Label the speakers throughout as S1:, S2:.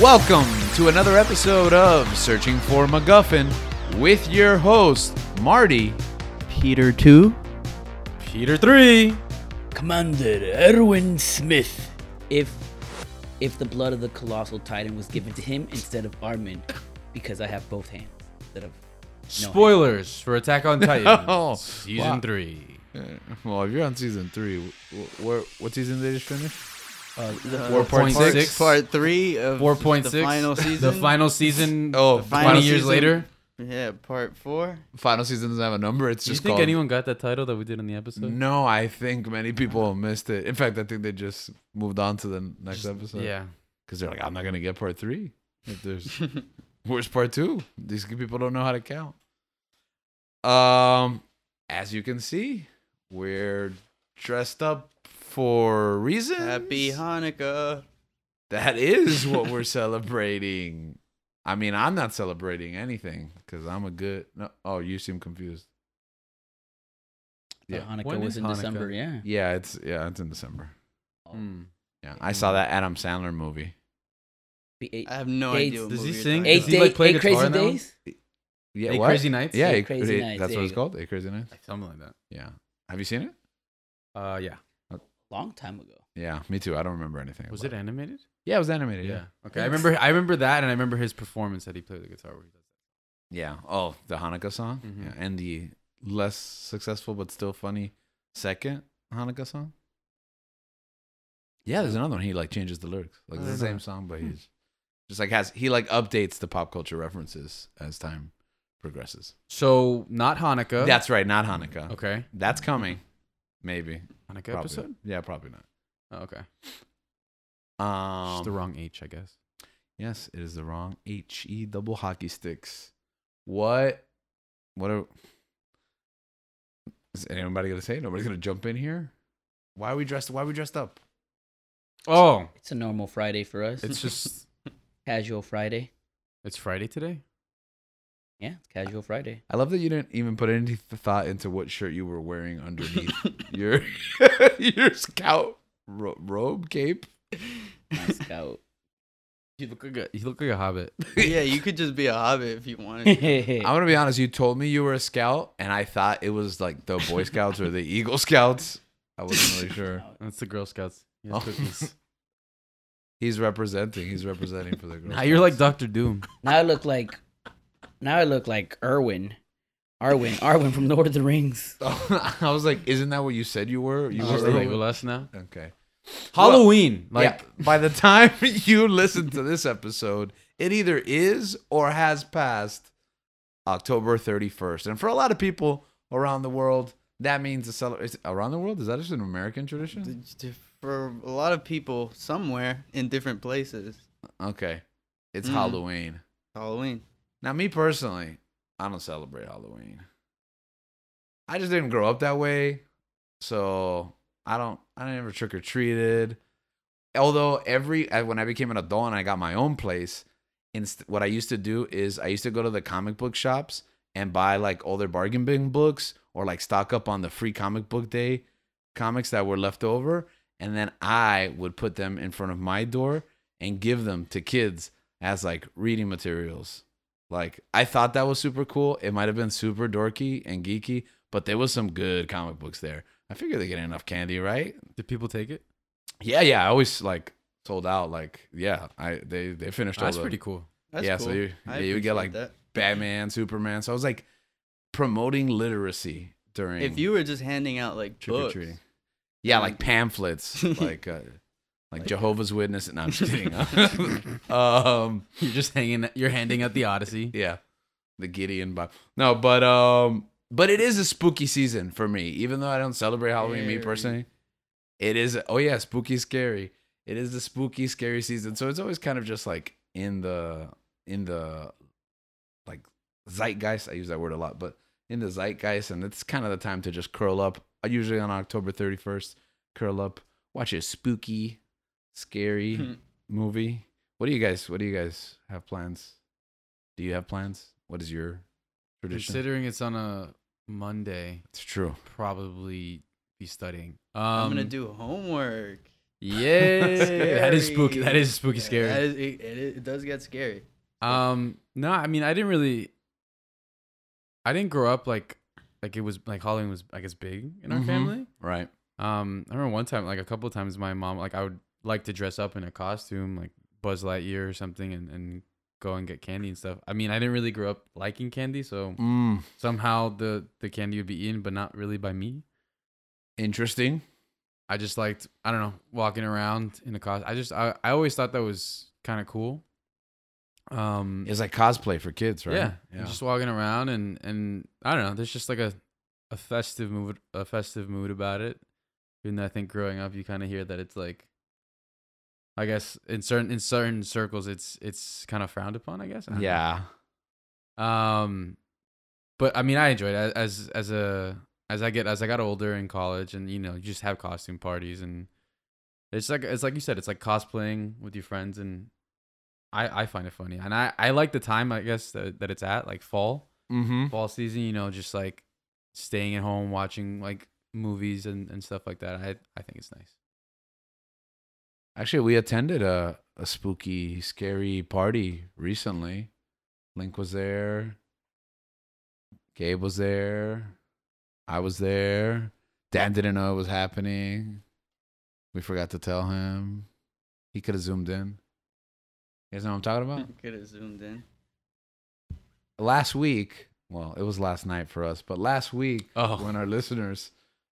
S1: Welcome to another episode of Searching for MacGuffin with your host, Marty.
S2: Peter 2.
S1: Peter 3.
S3: Commander Erwin Smith.
S4: if if the blood of the colossal titan was given to him instead of Armin, because I have both hands instead of no hand.
S5: Spoilers for Attack on Titan
S1: Oh,
S5: season
S1: wow.
S5: three.
S1: Well, if you're on season 3, wh- wh- where, what season did it finish?
S2: Uh,
S1: 4.6?
S2: part- Part 3 of
S5: Four point six.
S2: the final season.
S5: The final season.
S1: Oh,
S5: Oh,
S1: the
S5: twenty
S2: final
S5: years
S2: season.
S5: later.
S2: Yeah, part 4.
S1: Final season doesn't have a number. It's
S5: Do you
S1: just
S5: think
S1: called.
S5: anyone got that title that we did in the episode?
S1: No, I think many people missed it. In fact, I think they just moved on to the next episode.
S5: Yeah.
S1: Because they're like, I'm not going to get part 3. If there's Where's part two? These people don't know how to count. Um, as you can see, we're dressed up for reasons.
S2: Happy Hanukkah.
S1: That is what we're celebrating. I mean, I'm not celebrating anything because I'm a good. No, oh, you seem confused.
S4: Uh,
S1: Yeah,
S4: Hanukkah
S5: When
S4: was
S5: is
S4: in December.
S5: Hanukkah?
S4: Yeah.
S1: yeah, it's yeah, it's in December.
S5: Hmm.
S1: Yeah, I
S4: Mm.
S1: saw that Adam Sandler movie.
S4: Be eight,
S2: I have no
S4: Eight-
S2: idea. What
S5: Does he
S2: movie you're
S5: sing?
S2: talking
S4: eight
S5: Does
S2: about.
S5: he,
S4: day-
S5: like, play
S4: eight
S5: guitar
S4: crazy
S5: in that one?
S4: days.
S1: Yeah,
S5: Eight
S1: what?
S5: Crazy Nights.
S1: Yeah,
S4: Eight
S1: Eight
S4: Crazy
S1: Crazy
S4: Nights,
S1: That's
S4: there
S1: what
S4: you
S1: it's
S4: go.
S1: called. Eight Crazy Nights.
S5: something like that.
S1: Yeah. Have you seen it?
S5: Uh, yeah.
S4: Long time ago.
S1: Yeah, me too. I don't remember anything.
S5: Was
S1: about
S5: it animated?
S1: Yeah, it was animated. yeah.
S5: Okay, I remember. I remember that, and I remember his performance that he played the guitar. Where he does
S1: Yeah. Oh, the Hanukkah song.
S5: Mhm.
S1: Yeah. And the less successful but still funny second Hanukkah song. Yeah, there's another one. He like changes the lyrics. Like
S2: I
S1: it's the
S2: don't know.
S1: same song, but he's just like has he like updates the pop culture references as time progresses.
S5: So not Hanukkah.
S1: That's right, not Hanukkah.
S5: okay.
S1: That's coming. Maybe.
S5: Hanukkah
S1: Probably.
S5: episode.
S1: Yeah, probably not.
S5: Oh, okay.
S1: Um
S5: Just the wrong H, I guess.
S1: Yes, it is the wrong H E double hockey sticks. What? What are? Is anybody gonna say? it? Nobody's gonna jump in here. Why are we dressed? Why are we dressed up?
S5: Oh,
S4: It's a normal Friday for us.
S5: it's just
S4: casual Friday.
S5: it's Friday today.
S4: Yeah, it's casual Friday.
S1: I love that you didn't even put any th- thought into what shirt you were wearing underneath your your scout ro- robe cape.
S4: My scout.
S5: You look like a you look like a hobbit.
S2: yeah, you could just be a hobbit if you wanted. to.
S1: I'm
S4: I
S1: gonna be honest. You told me you were a scout, and I thought it was like the Boy Scouts or the Eagle Scouts. I wasn't really sure.
S5: That's the Girl Scouts. He has
S1: Oh.
S5: cookies.
S1: He's representing. He's representing for the girls.
S5: now you're like Doctor Doom.
S4: now I look like now I look like Erwin. Arwen. Arwen from Lord of the Rings.
S1: I was like, isn't that what you said you were? You
S5: Uh, Just
S1: were
S5: like Legolas now.
S1: okay.
S5: Halloween,
S1: Like
S5: like
S1: by the time you listen to this episode, it either is or has passed October 31st. And for a lot of people around the world, that means the celebration around the world. Is that just an American tradition?
S2: D- For a lot of people, somewhere in different places,
S1: Okay, it's
S2: Mm.
S1: Halloween.
S2: Halloween.
S1: Now, me personally, I don't celebrate Halloween. I just didn't grow up that way, so I don't. I never trick or treated. Although every I- when I became an adult and I got my own place, inst- what I used to do is I used to go to the comic book shops and buy like all their bargain bin books or like stock up on the free comic book day comics that were left over, and then I would put them in front of my door and give them to kids as like reading materials. Like I thought that was super cool. It might have been super dorky and geeky, but there was some good comic books there. I figure they get enough candy, right?
S5: did people take it?
S1: Yeah, yeah. I always like sold out. Like yeah, I they they finished all
S5: Oh, That's
S1: the
S5: pretty cool.
S2: That's
S1: Yeah,
S2: cool.
S1: so you-
S2: I
S1: yeah, you would get,
S2: appreciate that.
S1: Batman, Superman. So I was like promoting literacy during
S2: if you were just handing out like
S1: trick or
S2: books.
S1: treating. Yeah, like pamphlets, like uh, like Jehovah's Witness. And no, I'm just kidding. um,
S5: You're just hanging. You're handing out the Odyssey.
S1: Yeah. The Gideon Bible. No, but um but it is a spooky season for me. Even though I don't celebrate Halloween me
S2: Scary.
S1: personally. It is oh yeah, spooky scary. It is the spooky scary season. So it's always kind of just like in the in the like zeitgeist. I use that word a lot, but in the zeitgeist and it's kind of the time to just curl up. I Usually on October 31st, curl up, watch a spooky
S5: Hmm.
S1: scary movie. What do you guys what do you guys have plans? Do you have plans? What is your tradition?
S5: Considering it's on a Monday,
S1: it's true.
S5: probably be studying. Um,
S2: I'm gonna do homework.
S5: Yeah, that is spooky. That is spooky scary.
S2: That is, it, it, it does get scary.
S5: Um, no, I mean, I didn't really. I didn't grow up like, like it was like Halloween was I guess big in our
S1: Mhm.
S5: family.
S1: Right.
S5: Um, I remember one time, like a couple of times, my mom like I would like to dress up in a costume, like Buzz Lightyear or something, and and go and get candy and stuff. I mean, I didn't really grow up liking candy, so
S1: Mm,
S5: somehow the the candy would be eaten, but not really by me.
S1: interesting.
S5: I just liked I don't know walking around in a costume. I just I, I always thought that was kind of cool. Um,
S1: It's like cosplay for kids, right?
S5: Yeah, and Just walking around and and I don't know. There's just like a a festive mood, a festive mood about it. Even though I think growing up, you kind of hear that it's like, I guess in certain in certain circles, it's it's kind of frowned upon. I guess. I don't know.
S1: yeah.
S5: Um, but I mean, I enjoyed it as as a as I get as I got older in college, and you know, you just have costume parties, and it's like it's like you said, it's like cosplaying with your friends, and I I find it funny, and I I like the time I guess that, that it's at like fall
S1: Mm-hmm.
S5: fall season, you know, just like staying at home watching like movies and and stuff like that. I I think it's nice.
S1: Actually, we attended a, a spooky, scary party recently. Link was there. Gabe was there. I was there. Dan didn't know it was happening. We forgot to tell him. He could have zoomed in. You guys know what I'm talking
S5: Oh.
S1: about?
S2: Could have zoomed in.
S1: last week, well, it was last night for us, but last week
S5: Oh.
S1: when our listeners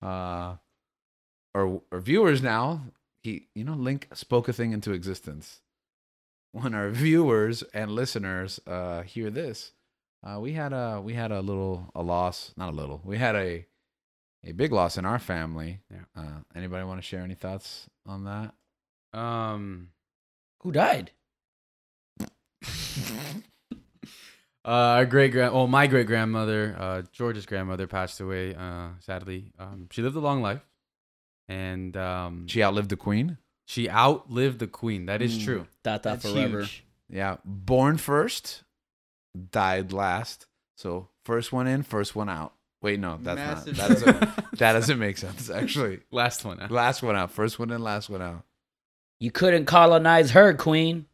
S1: uh or or viewers now, he you know, Link spoke a thing into existence. When our viewers and listeners uh hear this, uh we had a we had a little a loss, not a little. We had a a big loss in our family.
S5: Yeah.
S1: Uh anybody want to share any thoughts on that?
S5: Um.
S4: Who died?
S5: Uh, our great grand, well, my great grandmother, uh, George's grandmother, passed away. Uh, sadly, um, she lived a long life, and um, she
S1: She outlived the queen.
S5: she outlived the queen. That is
S2: Mm.
S5: true.
S4: Dot dot
S2: That's
S4: forever.
S2: huge.
S1: Yeah, born first, died last. So first one in, first one out. Wait, no, that's
S2: Massive
S1: not. That doesn't, that doesn't make sense. Actually,
S5: Last one. huh?
S1: last one out, first one in, last one out.
S4: You couldn't colonize her, queen.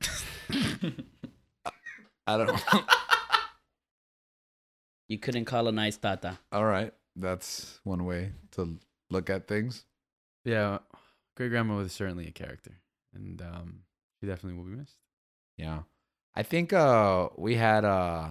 S1: I don't.
S4: You couldn't colonize Tata.
S1: All right, that's one way to look at things.
S5: Yeah, great grandma was certainly a character, and um, she definitely will be missed.
S1: Yeah, I think uh we had uh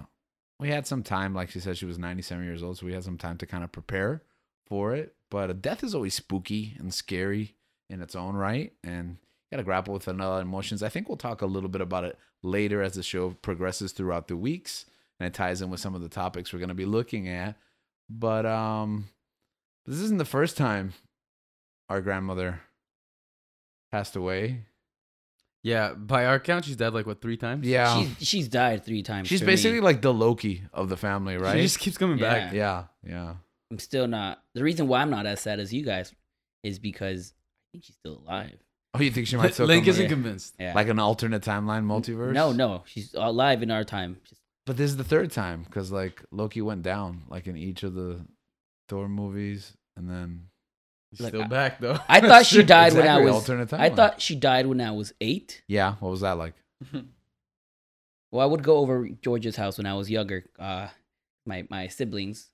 S1: we had some time. Like she said, she was ninety seven years old, so we had some time to kind of prepare for it. But uh, death is always spooky and scary in its own right, and you gotta grapple with another emotions. I think we'll talk a little bit about it later as the show progresses throughout the weeks, and it ties in with some of the topics we're gonna be looking at. But um, this isn't the first time our grandmother passed away.
S5: Yeah, by our count, she's dead like what three times.
S1: Yeah,
S4: She's, she's died three times.
S1: She's
S4: for me.
S1: basically like the Loki of the family, right?
S5: She just keeps coming back.
S1: yeah, yeah.
S4: I'm still not. The reason why I'm not as sad as you guys is because I think she's still alive.
S1: Oh, you think she might still
S5: Link
S1: come
S5: isn't
S1: back?
S5: convinced.
S4: Yeah.
S1: like an alternate timeline multiverse?
S4: No, no, she's alive in our time. Just-
S1: But this is the third time because like Loki went down like in each of the Thor movies, and then
S5: She's
S4: Like,
S5: still
S4: I-
S5: back though.
S4: I thought she died when I
S1: Exactly,
S4: was.
S1: alternate timeline.
S4: I thought she died when I was eight.
S1: Yeah, what was that like?
S4: Well, I would go over George's house when I was younger. Uh, my my siblings,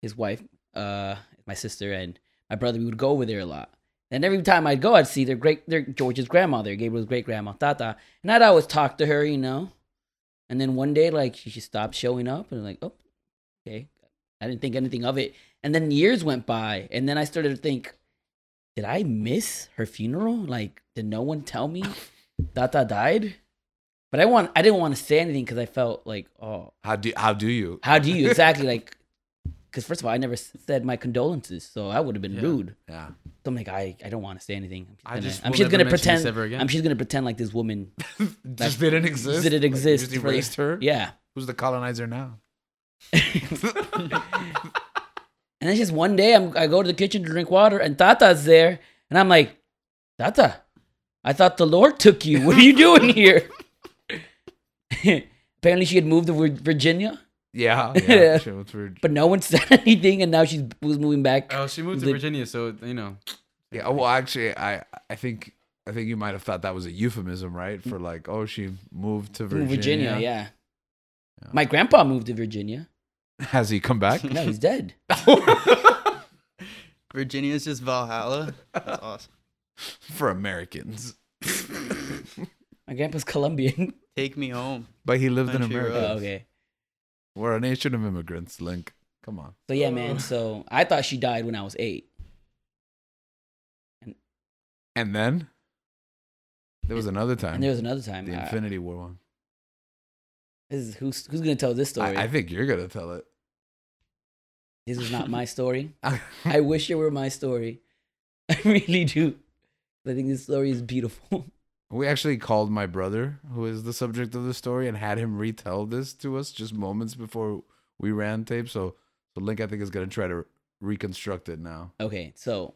S4: his wife, uh, my sister, and my brother. We would go over there a lot. And every time I'd go, I'd see their great their George's grandmother, Gabriel's great grandma, Tata, and I'd always talk to her, you know. And then one day, like she just stopped showing up, and like, oh, okay, I didn't think anything of it. And then years went by, and then I started to think, did I miss her funeral? Like, did no one tell me Tata died? But I want I didn't want to say anything because I felt like, oh,
S1: How do how do you?
S4: how do you exactly like? Because first of all, I never s- said my condolences, so I would have been
S5: Yeah.
S4: rude.
S1: Yeah,
S4: So I'm like, I, I don't want to say anything. I'm just
S5: I
S4: gonna,
S5: just
S4: I'm
S5: will
S4: just
S5: never
S4: gonna
S5: mention this
S4: pretend.
S5: ever again.
S4: I'm just gonna pretend like this woman
S1: just didn't exist.
S4: didn't
S1: Like, you
S4: exist.
S1: just
S4: for the-
S1: erased her.
S4: Yeah.
S1: who's the colonizer now?
S4: And then just one day, I'm, I go to the kitchen to drink water, and Tata's there, and I'm like, Tata, I thought the Lord took you. What are you doing here? Apparently, she had moved to Vir- Virginia,
S1: Yeah,
S4: Yeah.
S1: yeah. sure, it's weird.
S4: but no one said anything, and now she's was moving back.
S5: Oh, she moved to
S4: The-
S5: Virginia, so you know.
S1: Yeah, well, actually, I I think I think you might have thought that was a euphemism, right? For like, oh, she moved to
S4: Virginia,
S1: Virginia.
S4: yeah.
S1: Yeah.
S4: My grandpa moved to Virginia.
S1: Has he come back?
S4: No, he's dead.
S2: Virginia's just Valhalla. That's awesome.
S1: For Americans.
S4: My grandpa's Colombian.
S2: Take me home.
S1: But he lived in
S2: Country
S1: America.
S2: roads.
S4: oh, okay.
S1: We're a nation of immigrants, Link. Come on.
S4: So yeah, man. So I thought she died when I was eight.
S1: And then there was another time.
S4: And there was uh, another time.
S1: the
S4: I-
S1: Infinity War one.
S4: this is, who's who's gonna tell this story?
S1: I, I think you're gonna tell it.
S4: this is not my story.
S1: I,
S4: I wish it were my story. I really do. I think this story is beautiful.
S1: We actually called my brother, who is the subject of the story, and had him retell this to us just moments before we ran tape. So, so Link, I think, is gonna try to reconstruct it now.
S4: Okay, so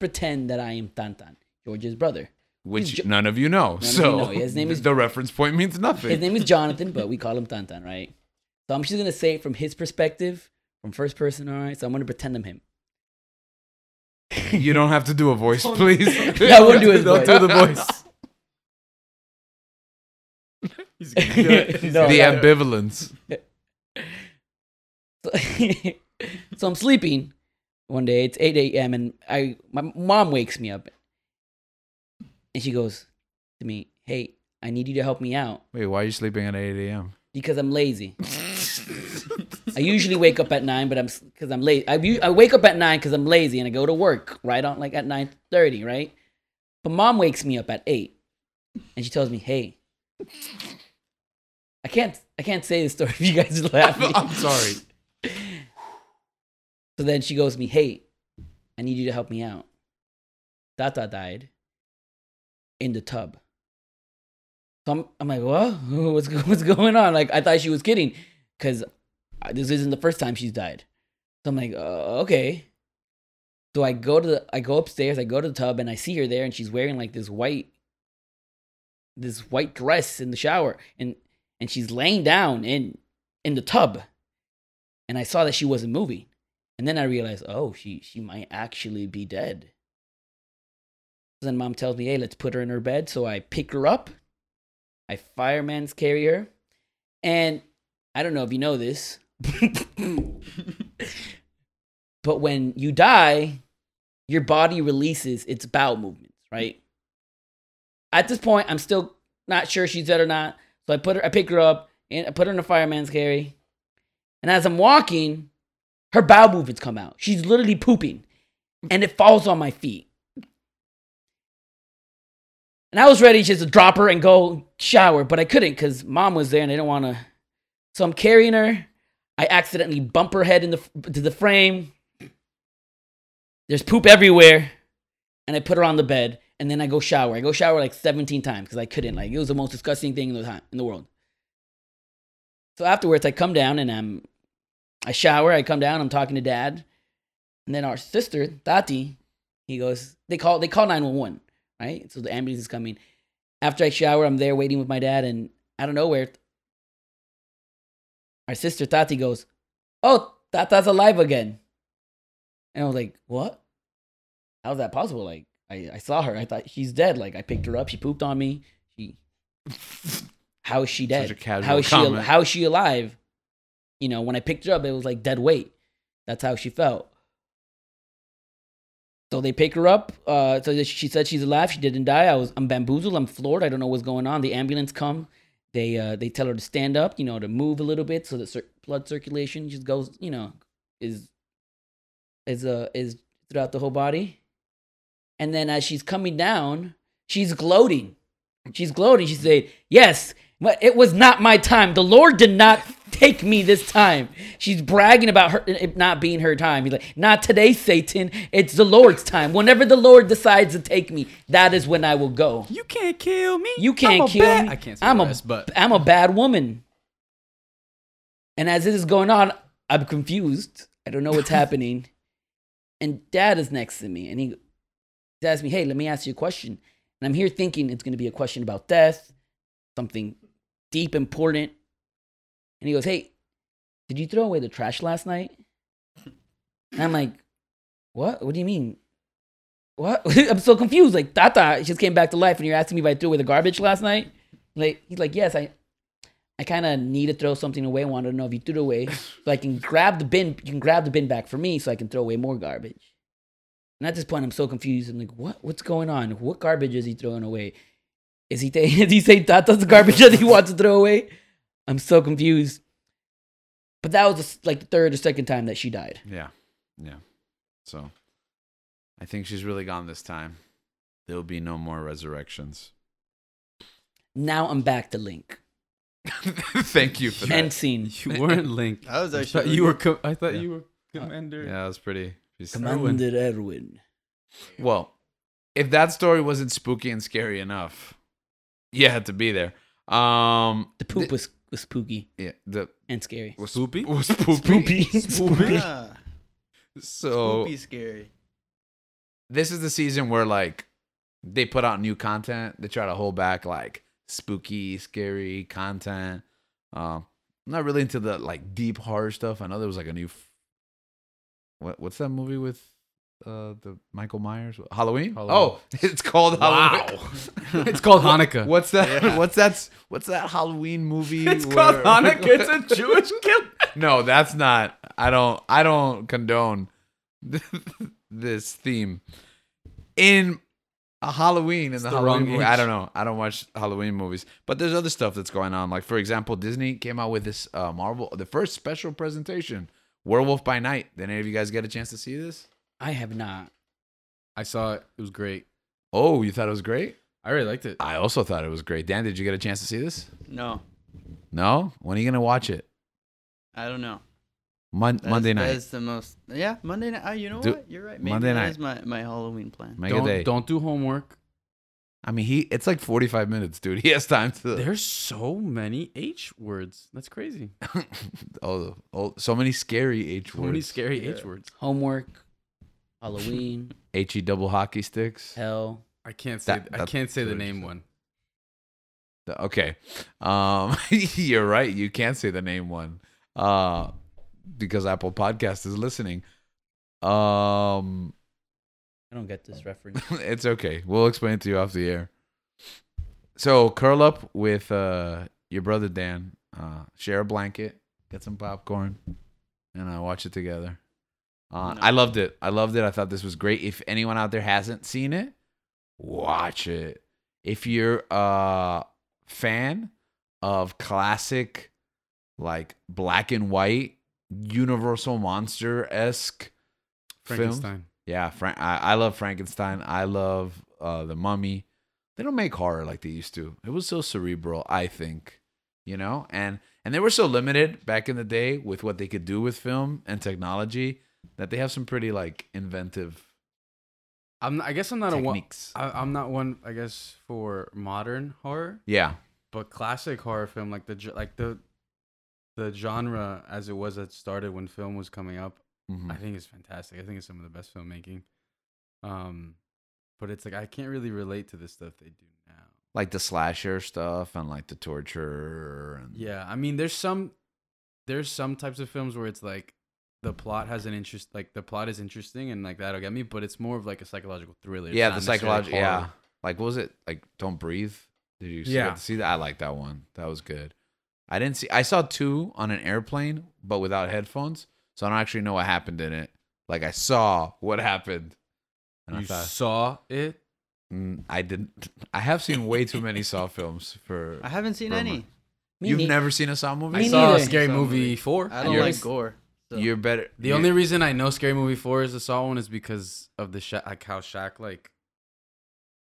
S4: pretend that I am Tantan, George's brother.
S1: Which
S4: Jo-
S1: none of you know.
S4: of you
S1: so
S4: know. His name is-
S1: the reference point means nothing.
S4: His name is Jonathan, but we call him Tantan, right? So I'm just gonna say it from his perspective, from first person, all right? So I'm gonna pretend I'm him.
S1: you don't have to do a voice, please.
S4: I won't do his
S1: Don't
S4: voice.
S1: do the voice.
S5: He's
S4: No,
S1: the
S4: that-
S1: ambivalence.
S4: So, so I'm sleeping one day. It's 8 a.m. and I my mom wakes me up, and she goes to me, "Hey, I need you to help me out
S1: Wait, why are you sleeping at 8 a.m.?
S4: because I'm lazy. I usually wake up at nine, but I'm because I'm late. I, u- I wake up at nine because I'm lazy and I go to work right on like at nine thirty, right? But mom wakes me up at eight, and she tells me, "Hey, I can't I can't say this story if you guys are laughing.
S2: Oh,
S1: I'm sorry.
S4: So then she goes to me, Hey, I need you to help me out. Data died in the tub. So I'm, I'm like, What? What's, go- what's going on? Like, I thought she was kidding because this isn't the first time she's died. So I'm like, uh, Okay. So I go to the, I go upstairs, I go to the tub, and I see her there, and she's wearing like this white, this white dress in the shower, and and she's laying down in in the tub, and I saw that she wasn't moving. And then I realized, oh, she she might actually be dead. Then mom tells me, hey, let's put her in her bed. So I pick her up. I fireman's carry her. And I don't know if you know this. but when you die, your body releases its bowel movements, right? At this point, I'm still not sure she's dead or not. So I put her I pick her up and I put her in a fireman's carry. And as I'm walking, her bowel movements come out. She's literally pooping, and it falls on my feet. And I was ready just to drop her and go shower, but I couldn't because mom was there and I didn't want to. So I'm carrying her. I accidentally bump her head in the to the frame. There's poop everywhere, and I put her on the bed. And then I go shower. I go shower like 17 times because I couldn't. Like it was the most disgusting thing in the time in the world. So afterwards, I come down and I'm I shower, I come down, I'm talking to dad. And then our sister, Tati, he goes, they call they call 911, right? So the ambulance is coming. After I shower, I'm there waiting with my dad, and out of nowhere, our sister Tati goes, Oh, Tata's alive again. And I was like, What? How's that possible? Like, I, I saw her. I thought she's dead. Like, I picked her up. She pooped on me. She How is she
S1: Such
S4: dead?
S1: a casual
S4: how is she
S1: comment.
S4: how is she alive? You know, when I picked her up, it was like dead weight. That's how she felt. So they pick her up. Uh, so that she said she's alive. She didn't die. I was I'm bamboozled. I'm floored. I don't know what's going on. The ambulance come. They uh, they tell her to stand up. You know, to move a little bit so that cir- blood circulation just goes. You know, is is uh is throughout the whole body. And then as she's coming down, she's gloating. She's gloating. She said, "Yes, but it was not my time. The Lord did not take me this time." She's bragging about her it not being her time. He's like, "Not today, Satan. It's the Lord's time. Whenever the Lord decides to take me, that is when I will go.
S5: You can't kill me.
S4: You can't
S5: I'm a
S4: kill
S5: bad-
S4: me.
S5: I can't say
S4: I'm
S5: the
S4: a-
S5: rest, but
S4: I'm a bad woman." And as this is going on, I'm confused. I don't know what's happening. And Dad is next to me, and he he asked me, "Hey, let me ask you a question." And I'm here thinking it's going to be a question about death, something deep, important. And he goes, "Hey, did you throw away the trash last night?" And I'm like, "What? What do you mean?" what? I'm so confused. Like Tata just came back to life, and you're asking me if I threw away the garbage last night. Like he's like, yes, I, I kind of need to throw something away. Wanted to know if you threw it away, so I can grab the bin. You can grab the bin back for me, so I can throw away more garbage. And at this point, I'm so confused. I'm like, what? What's going on? What garbage is he throwing away? Is he ta- is he saying Tata's the garbage that he wants to throw away? I'm so confused. But that was the s- like the third or second time that she died.
S1: Yeah. Yeah. So I think she's really gone this time. There'll be no more resurrections.
S4: Now I'm back to Link.
S1: Thank you for that.
S4: End scene.
S5: You weren't Link.
S2: That was
S5: I
S2: actually
S5: thought you were.
S2: really
S5: Co- I thought
S1: Yeah.
S5: you were Commander.
S1: yeah, that was pretty. she's-
S4: Commander Erwin.
S1: Well, if that story wasn't spooky and scary enough, you had to be there. Um,
S4: The poop was, was spooky
S1: yeah, the
S4: and scary.
S1: was
S5: Spoopy?
S1: was spoopy.
S4: Spoopy.
S2: Ah,
S1: So
S2: spoopy scary.
S1: this is the season where like they put out new content. They try to hold back like spooky, scary content. Um, I'm not really into the like deep horror stuff. I know there was like a new f- what what's that movie with uh the Michael Myers Halloween?
S5: Halloween.
S1: Oh, it's called
S5: Wow.
S1: Halloween.
S5: it's called Hanukkah.
S1: What's that?
S2: Yeah.
S1: What's that? What's that Halloween movie?
S5: It's called
S1: where-
S5: Hanukkah. It's a Jewish kid.
S1: no, that's not. I don't. I don't condone this theme in a Halloween in
S5: It's
S1: the,
S5: the
S1: Halloween.
S5: wrong
S1: Movie. I
S5: age.
S1: don't know. I don't watch Halloween movies, but there's other stuff that's going on. Like for example, Disney came out with this uh, Marvel, the first special presentation, Werewolf by Night. Did any of you guys get a chance to see this?
S4: I have not.
S5: I saw it. It was great.
S1: Oh, you thought it was great.
S5: I really liked it.
S1: I also thought it was great. Dan, did you get a chance to see this?
S2: No,
S1: No. When are you gonna watch it?
S2: I don't know.
S1: Mon-
S2: That is-
S1: Monday
S2: That
S1: night.
S2: is the most. Yeah, Monday night. Oh, you know
S1: Do-
S2: what? You're right. Maybe
S1: Monday
S2: that
S1: night.
S2: is my, my Halloween plan.
S1: Make a day.
S5: Don't, don't do homework.
S1: I mean, he. It's like 45 minutes, dude. He has time to.
S5: There's so many H words. That's crazy.
S1: oh, oh, so many scary H
S5: So many
S1: words.
S5: scary
S2: Yeah.
S5: H words.
S4: Homework, Halloween,
S1: H E double hockey sticks.
S4: hell.
S5: I can't say.
S1: That-
S5: I
S1: that's
S5: can't say the
S1: what it
S5: name
S1: is.
S5: one.
S1: Okay, um, you're right. You can't say the name one, uh, because Apple Podcast is listening. Um,
S4: I don't get this reference.
S1: it's okay. We'll explain it to you off the air. So curl up with uh, your brother Dan. Uh, share a blanket, get some popcorn, and uh, watch it together. Uh, I loved it. I loved it. I thought this was great. If anyone out there hasn't seen it, watch it. If you're a fan of classic, like black and white, Universal monster esque films,
S5: Frankenstein.
S1: yeah, Frank. I, I love Frankenstein. I love uh, the Mummy. They don't make horror like they used to. It was so cerebral, I think. You know, and and they were so limited back in the day with what they could do with film and technology that they have some pretty like inventive
S5: I'm. Not, I guess I'm not a one.
S1: techniques.
S5: I, I'm not one. I guess for modern horror,
S1: yeah, but
S5: but classic horror film, like the ge- like the the genre as it was that started when film was coming up.
S1: Mm-hmm.
S5: I
S1: Mm.
S5: think it's fantastic. I think it's some of the best filmmaking. Um, but it's like I can't really relate to the stuff they do now.
S1: like the slasher stuff and like the torture and
S5: Yeah, I mean, there's some there's some types of films where it's like the plot has an interest, like the plot is interesting, and like that'll get me. But it's more of like a psychological thriller. It's
S1: yeah,
S5: not
S1: the
S5: necessarily
S1: psychological. Yeah,
S5: horror.
S1: like what was it? Like don't breathe. Did you see,
S5: Yeah.
S1: yeah. see that? I like that one. That was good. I didn't see. I saw two on an airplane, but without headphones, so I don't actually know what happened in it. Like I saw what happened, and I
S5: You
S1: thought
S5: saw it.
S1: mm, I didn't. I have seen way too many Saw films for.
S2: I haven't seen
S1: Rumor.
S2: any.
S4: Me
S1: You've
S4: nei-
S1: never seen a Saw movie.
S5: I
S4: Me
S5: saw
S4: neither.
S5: Scary
S2: Saw
S5: Movie
S2: movie.
S5: Four.
S2: I
S1: And
S2: don't
S1: you're-
S2: like gore. So.
S1: You're better.
S5: The
S1: you-
S5: only reason I know Scary Movie Four is the Saw one is because of the Sha- like how Shaq like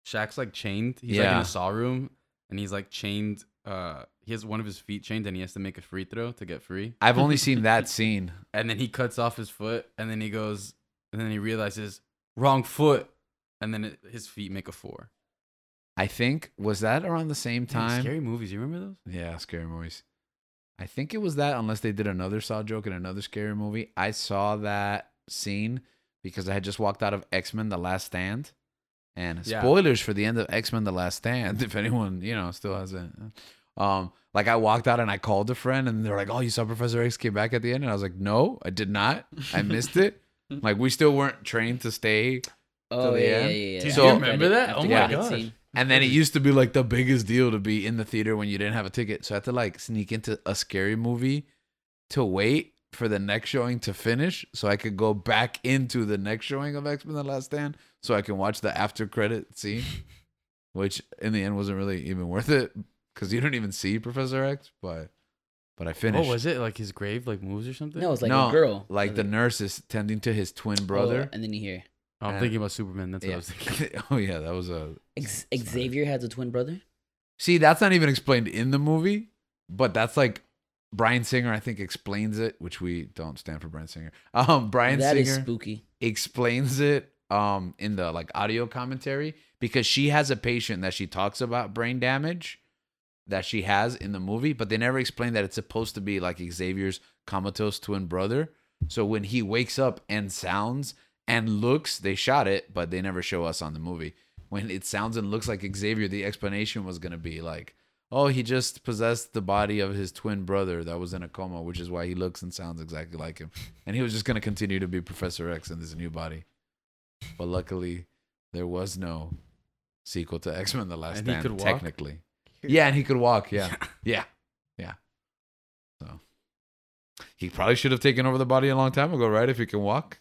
S5: Shaq's like chained. He's like in
S1: Yeah.
S5: a Saw room and he's like chained. Uh, he has one of his feet chained and he has to make a free throw to get free.
S1: I've only seen that scene.
S5: And then he cuts off his foot and then he goes and then he realizes wrong foot and then it, his feet make a four.
S1: I think was that around the same
S5: Damn,
S1: time.
S5: Scary movies. You remember those?
S1: Yeah, scary movies. I think it was that, unless they did another Saw joke in another scary movie. I saw that scene because I had just walked out of X Men: The Last Stand, and
S5: Yeah.
S1: spoilers for the end of X Men: The Last Stand. If anyone you know still hasn't, um, like I walked out and I called a friend, and they're like, "Oh, you saw Professor X came back at the end," and I was like, "No, I did not. I missed it." like we still weren't trained to stay
S4: Oh
S1: the
S4: yeah, yeah,
S1: end.
S4: yeah,
S5: Do
S4: yeah.
S5: you
S1: So-
S4: After
S5: remember
S4: credit-
S5: that?
S4: after
S5: Oh
S1: my
S4: credit
S5: gosh.
S4: scene.
S1: And then it used to be like the biggest deal to be in the theater when you didn't have a ticket. So I had to like sneak into a scary movie to wait for the next showing to finish so I could go back into the next showing of X Men The Last Stand so I can watch the after credit scene, which in the end wasn't really even worth it because you don't even see Professor X. But but I finished.
S5: What was it? Like his grave like moves or something?
S4: No, it's like
S1: No,
S4: a girl.
S1: Like the
S4: Oh,
S1: nurse is tending to his twin brother.
S4: and then you hear
S5: Oh, I'm
S1: uh,
S5: thinking about Superman. Oh, That's what I
S1: yeah.
S5: was thinking.
S1: oh yeah, that was a
S4: Ex-
S1: Sorry.
S4: Xavier has a twin brother.
S1: See, that's not even explained in the movie, but that's like Brian Singer, I think, explains it, which we don't stand for Brian Singer. Um, Brian
S4: That is
S1: Singer
S4: spooky.
S1: explains it um in the like audio commentary because she has a patient that she talks about brain damage that she has in the movie, but they never explain that it's supposed to be like Xavier's comatose twin brother. So when he wakes up and sounds and looks, they shot it, but they never show us on the movie. When it sounds and looks like Xavier, the explanation was gonna be like, oh, he just possessed the body of his twin brother that was in a coma, which is why he looks and sounds exactly like him. And he was just gonna continue to be Professor X in this new body. But luckily, there was no sequel to X Men: The Last
S5: And he
S1: Stand.
S5: could walk?
S1: Technically, yeah, and he could walk. Yeah. Yeah. Yeah. So he probably should have taken over the body a long time ago, right? If he can walk.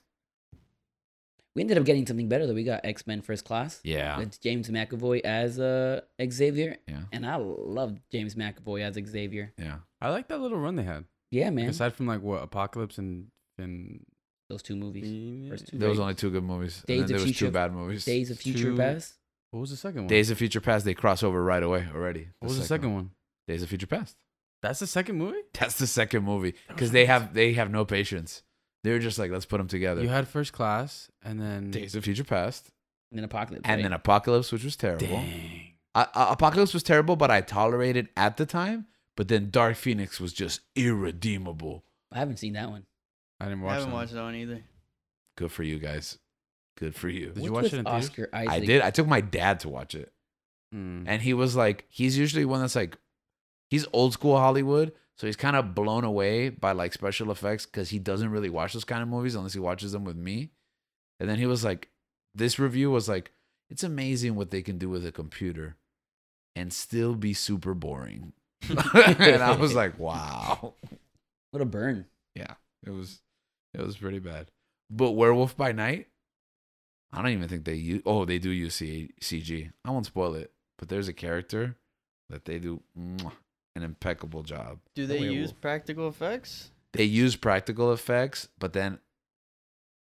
S4: We ended up getting something better though. We got X Men First Class.
S1: Yeah.
S4: It's James McAvoy as uh, Xavier,
S1: Yeah.
S4: and I love James McAvoy as Xavier.
S1: Yeah.
S5: I like that little run they had.
S4: Yeah,
S5: Like,
S4: man,
S5: aside from like what Apocalypse and and
S4: those two movies, First two
S1: There was
S4: Right.
S1: only two good movies. and
S4: Days
S1: then
S4: of
S1: there was two
S4: Future-
S1: bad movies. Days,
S4: Days of Future
S5: two-
S4: Past.
S5: what was the second one?
S1: of Future Past, they cross over right away already.
S5: what was the second one?
S1: Days of Future Past.
S5: That's the second movie.
S1: That's the second movie
S5: That
S1: because
S5: was
S1: they
S5: nice.
S1: have they have no patience. They're just like let's put them together.
S5: You had First Class and then
S1: Days of Future Past
S4: and then Apocalypse.
S1: and
S4: right?
S1: then Apocalypse, which was terrible.
S5: Dang.
S1: I, I- Apocalypse was terrible, but I tolerated at the time. But then Dark Phoenix was just irredeemable.
S4: I haven't seen that one.
S5: I didn't watch.
S2: I haven't
S5: that.
S2: watched that one either.
S1: Good for you guys. Good for you.
S5: Did
S4: What's
S5: you watch
S4: with
S5: it in theaters?
S4: Oscar Isaac.
S1: I did. I took my dad to watch it,
S5: Mm.
S1: and he was like, he's usually one that's like, he's old school Hollywood, so he's kind of blown away by like special effects because he doesn't really watch those kind of movies unless he watches them with me. And then he was like, this review was like, it's amazing what they can do with a computer, and still be super boring. and I was like, wow.
S4: What a burn.
S1: It was it was pretty bad. But Werewolf by Night, I don't even think they use. Oh, they do use C- CG. I won't spoil it, but there's a character that they do mwah, an impeccable job.
S2: Do
S1: The
S2: they use
S1: werewolf.
S2: practical effects?
S1: They use practical effects, but then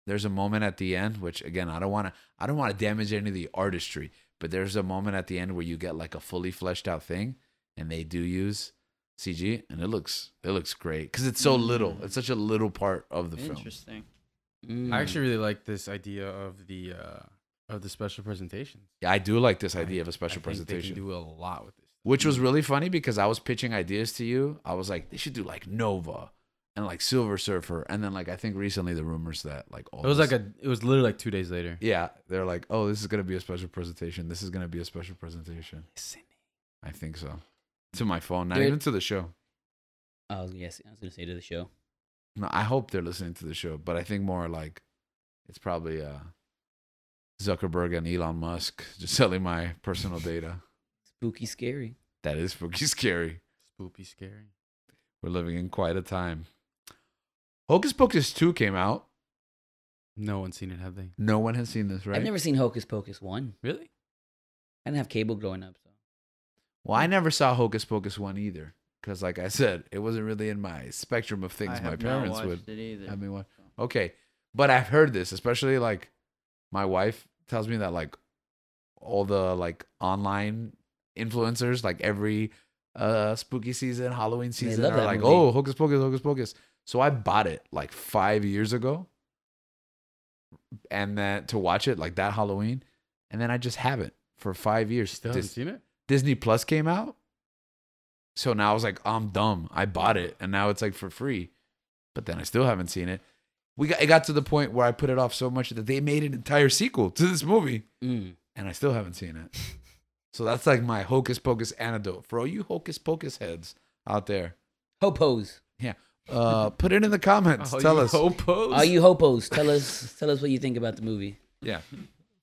S1: there's a moment at the end, which again, I don't want to. I don't want to damage any of the artistry, but there's a moment at the end where you get like a fully fleshed out thing, and they do use CG, and it looks it looks great because it's so little.
S2: Mm.
S1: It's such a little part of the film.
S2: Interesting.
S4: Mm.
S5: I actually really like this idea of the uh of the special presentations.
S1: Yeah, I do like this idea of a
S5: I
S1: special
S5: think
S1: presentation,
S5: They can do a lot with this.
S1: which was really funny because I was pitching ideas to you. I was like, they should do like Nova and like Silver Surfer, and then like I think recently the rumors that like all
S5: It was
S1: this-
S5: like a. It was literally like two days later.
S1: yeah, they're like, oh, this is gonna be a special presentation. This is gonna be a special presentation. I think so. To my phone, not
S4: Dude.
S1: even to the show.
S4: I was yes, Oh, I was gonna say to the show.
S1: No, I hope they're listening to the show, but I think more like it's probably uh Zuckerberg and Elon Musk just selling my personal data.
S4: Spooky, scary.
S1: That is spooky scary.
S5: Spoopy, scary.
S1: We're living in quite a time. Hocus Pocus 2 came out.
S5: No one's seen it, have they?
S1: No one has seen this, right?
S4: I've never seen Hocus Pocus one.
S5: Really?
S4: I didn't have cable growing up, so
S1: well, I never saw Hocus Pocus 1 either. Because, like I said, it wasn't really in my spectrum of
S2: I
S1: things my
S2: have not
S1: parents
S2: watched
S1: would
S2: it either.
S1: have me watch. Okay. But I've heard this, especially like my wife tells me that, like, all the like online influencers, like every uh spooky season, Halloween season,
S4: love
S1: are
S4: that
S1: like,
S4: movie.
S1: oh, Hocus Pocus, Hocus Pocus. So I bought it like five years ago, and then to watch it like that Halloween, and then I just haven't for five years.
S5: Still haven't
S1: Dis-
S5: seen it.
S1: Disney Plus came out, so now I was like, I'm dumb. I bought it, and now it's like for free, but then I still haven't seen it. We got it got to the point where I put it off so much that they made an entire sequel to this movie
S4: mm.
S5: Oh,
S1: and I still haven't seen it. So that's like my hocus pocus antidote for all you hocus pocus heads out there.
S4: hopos.
S1: Uh, put it in the comments.
S5: Oh,
S1: Tell
S5: you
S1: us.
S5: Hopos.
S4: Are you hopos? Tell us, tell us what you think about the movie.
S1: Yeah.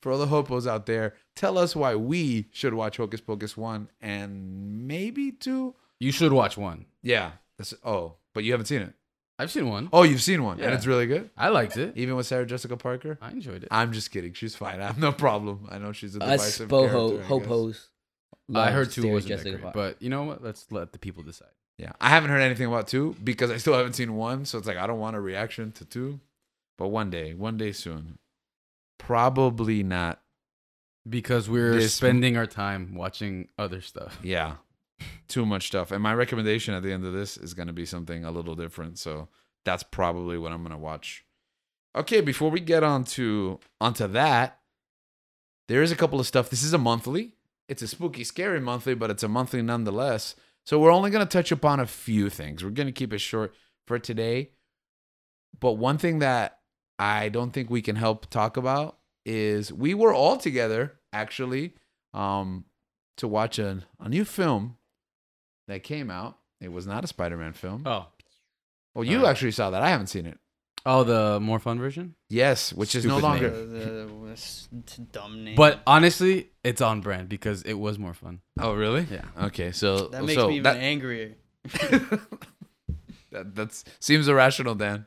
S1: for all the hopos out there, tell us why we should watch Hocus Pocus 1 and maybe 2.
S5: You should watch one.
S1: Yeah. That's, oh, but you haven't seen it.
S5: I've seen one.
S1: Oh, you've seen one. And
S5: Yeah.
S1: it's really good.
S5: I liked it.
S1: Even with Sarah Jessica Parker.
S5: I enjoyed it.
S1: I'm just kidding. She's fine. I have no problem. I know she's a
S4: Us
S1: divisive
S4: boho
S1: character, I guess.
S4: hopos.
S5: I
S4: love
S5: heard two
S4: Sarah
S5: wasn't that
S4: Jessica
S5: great,
S4: Parker.
S5: but you know what? Let's let the people decide.
S1: Yeah, I haven't heard anything about two because I still haven't seen one. So it's like I don't want a reaction to two, but one day, one day soon. Probably not.
S5: Because we're
S1: This-
S5: spending our time watching other stuff.
S1: Yeah, too much stuff. And my recommendation at the end of this is going to be something a little different. So that's probably what I'm going to watch. Okay, before we get on to onto that, there is a couple of stuff. This is a monthly. It's a spooky, scary monthly, but it's a monthly nonetheless. So we're only going to touch upon a few things. We're going to keep it short for today. But one thing that I don't think we can help talk about is we were all together actually um, to watch a, a new film that came out. It was not a Spider-Man film. Oh,
S5: Oh.
S1: well, you
S5: alright.
S1: actually saw that. I haven't seen it.
S5: Oh, the more fun version?
S1: Yes, which is no
S5: Stupid
S1: longer.
S5: name.
S2: The- the- this dumb name.
S5: But honestly, it's on brand because it was more fun.
S1: Oh, really?
S5: Yeah.
S1: Okay, so
S2: that makes
S1: so
S2: me even
S1: that,
S2: angrier.
S1: that that's, seems irrational, Dan.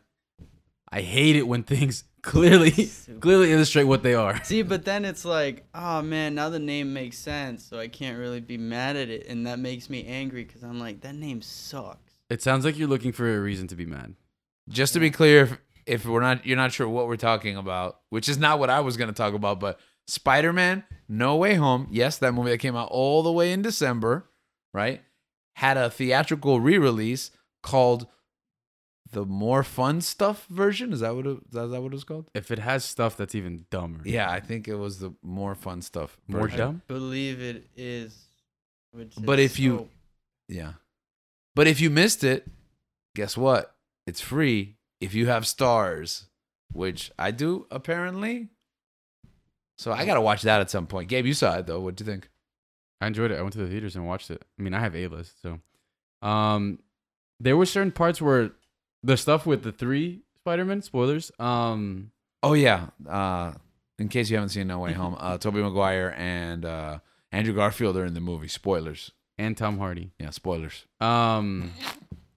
S5: I hate it when things clearly clearly illustrate what they are.
S2: See, but then it's like, oh man, now the name makes sense, so I can't really be mad at it, and that makes me angry because I'm like, that name sucks.
S5: It sounds like you're looking for a reason to be mad.
S1: Just to be clear, if, if we're not, you're not sure what we're talking about, which is not what I was going to talk about, but Spider-Man: No Way Home. Yes, that movie that came out all the way in December, right? Had a theatrical re-release called the more fun stuff version. Is that what it, is that what it was called?
S5: If it has stuff that's even dumber.
S1: Yeah, I think it was the more fun stuff.
S5: More
S1: version.
S5: dumb?
S2: Believe it is. Which
S1: But
S2: is
S1: if you-
S2: so-
S1: Yeah. But if you missed it, guess what? It's free if you have stars, which I do apparently. So I gotta watch that at some point. Gabe, you saw it though. What'd you think?
S5: I enjoyed it. I went to the theaters and watched it. I mean, I have A list, so um, there were certain parts where the stuff with the three Spider-Man spoilers. Um,
S1: Oh yeah. Uh, in case you haven't seen No Way Home, uh, Tobey Maguire and uh, Andrew Garfield are in the movie. Spoilers.
S5: and Tom Hardy.
S1: Yeah, spoilers.
S5: Um,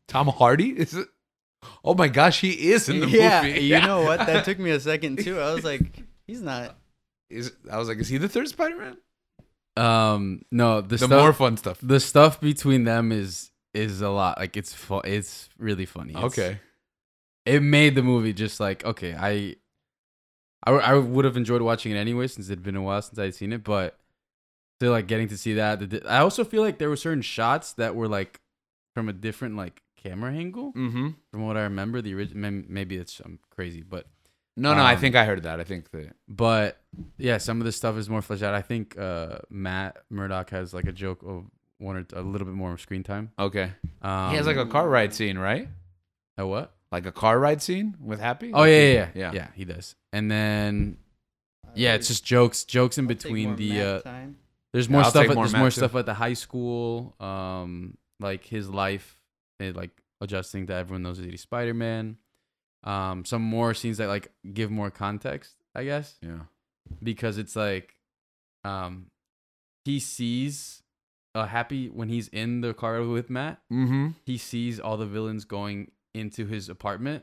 S1: Tom Hardy is it? Oh my gosh, he is in the
S2: yeah,
S1: movie.
S2: you know what? That took me a second too. I was like, he's not.
S1: Is, I was like, is he the third Spider-Man?
S5: um, no, the,
S1: The
S5: stuff,
S1: more fun stuff.
S5: the stuff between them is is a lot. Like it's fu- it's really funny. It's-
S1: Okay.
S5: it made the movie just like okay, I, I, w- I would have enjoyed watching it anyway since it'd been a while since I'd seen it, but still like getting to see that. the di- I also feel like there were certain shots that were like from a different like camera angle.
S1: Mm-hmm.
S5: from what I remember, the original maybe it's um, crazy, but
S1: No, no, I
S5: Um,
S1: think I heard that. I think that
S5: but yeah, some of this stuff is more fleshed out. I think uh, Matt Murdock has like a joke of one or a little bit more screen time.
S1: okay.
S5: Um,
S1: he has like a car ride scene, right?
S5: a what?
S1: Like a car ride scene with Happy.
S5: Oh yeah, yeah, yeah,
S1: yeah.
S5: yeah, He does, and then
S2: I
S5: yeah, it's
S2: always-
S5: just jokes, jokes in
S2: uh, I'll take
S5: between
S2: more
S5: the.
S2: Matt
S5: Uh,
S2: time.
S5: there's
S1: Yeah,
S5: more
S1: I'll
S5: stuff.
S1: take
S5: At,
S1: more
S5: there's
S1: Matt,
S5: more
S1: too.
S5: stuff at the high school. Um, like his life, and like adjusting to everyone knows that he's Spider Man. Um, some more scenes that like give more context, I guess.
S1: yeah.
S5: because it's like um he sees a happy when he's in the car with Matt,
S1: Mm-hmm.
S5: he sees all the villains going into his apartment,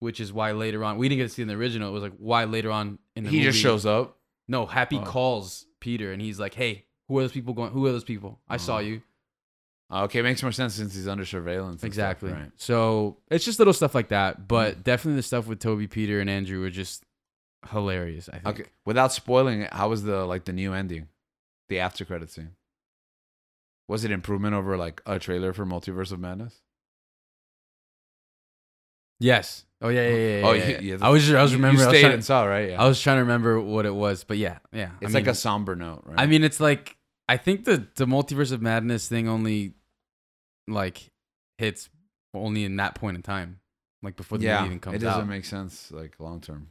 S5: which is why later on we didn't get to see in the original. It was like why later on in the
S1: He just
S5: movie-
S1: shows up.
S5: No, Happy
S1: Oh.
S5: calls Peter and he's like, "Hey, who are those people going? Who are those people? I saw
S1: Oh.
S5: you."
S1: Uh, Okay, it makes more sense since he's under surveillance. and stuff,
S5: Exactly.
S1: right.
S5: So it's just little stuff like that, but definitely the stuff with Toby, Peter, and Andrew were just hilarious. I think.
S1: Okay. Without spoiling it, how was the like the new ending, the after credit scene? Was it improvement over like a trailer for Multiverse of Madness?
S5: Yes. Oh yeah, yeah, yeah. yeah
S1: Oh,
S5: yeah,
S1: you-
S5: yeah.
S1: yeah,
S5: I was just, I was
S1: You-
S5: remembering.
S1: You
S5: I was
S1: stayed
S5: trying-
S1: and saw, right? Yeah.
S5: I was trying to remember what it was, but yeah, yeah.
S1: it's
S5: I
S1: like
S5: mean,
S1: a somber note, right?
S5: I mean, it's like I think the the multiverse of madness thing only like hits only in that point in time, like before the
S1: yeah,
S5: movie even
S1: it
S5: comes
S1: doesn't
S5: out.
S1: make sense like long term.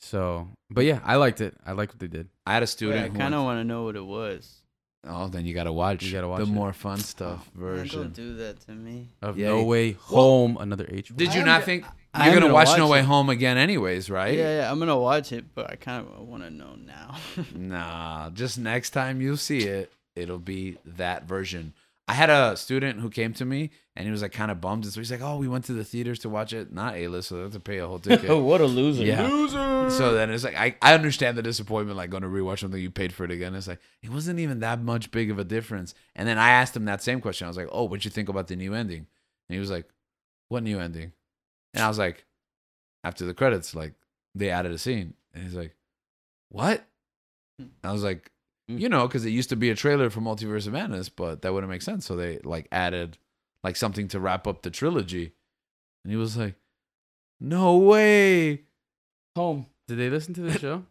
S5: so, but yeah, I liked it. I liked what they did.
S1: I had a
S2: Wait,
S1: student. who
S2: I kind
S1: went-
S2: of want to know what it was. Oh,
S1: Oh, then you gotta watch.
S5: You gotta watch
S1: the
S5: it.
S1: more fun stuff
S2: Man,
S1: version.
S2: don't do that to me.
S5: Of
S1: Yeah,
S5: No
S1: you-
S5: Way Home, another H.
S1: Did
S5: word.
S1: you
S2: I
S1: not
S2: don't
S1: think?
S2: get- I
S1: You're
S2: am
S1: gonna, watch, No
S2: it.
S1: Way Home again, anyways, right?
S2: Yeah, yeah, I'm gonna watch it, but I kind of want to know now.
S1: Nah, just next time you see it, it'll be that version. I had a student who came to me and he was like kind of bummed, and so he's like, "Oh, we went to the theaters to watch it, not A list, so they have to pay a whole ticket."
S4: what a loser.
S1: yeah.
S5: Loser.
S1: So then it's like I, I understand the disappointment, like going to rewatch something you paid for it again. It's like it wasn't even that much big of a difference. And then I asked him that same question. I was like, "Oh, what'd you think about the new ending?" And he was like, "What new ending?" And I was like, "After the credits, like they added a scene." And he's like, "What?" And I was like,
S4: Mm.
S1: "You know, because it used to be a trailer for Multiverse of Madness, but that wouldn't make sense. So they like added like something to wrap up the trilogy." And he was like, "No way."
S4: Home.
S5: Did they listen to the show?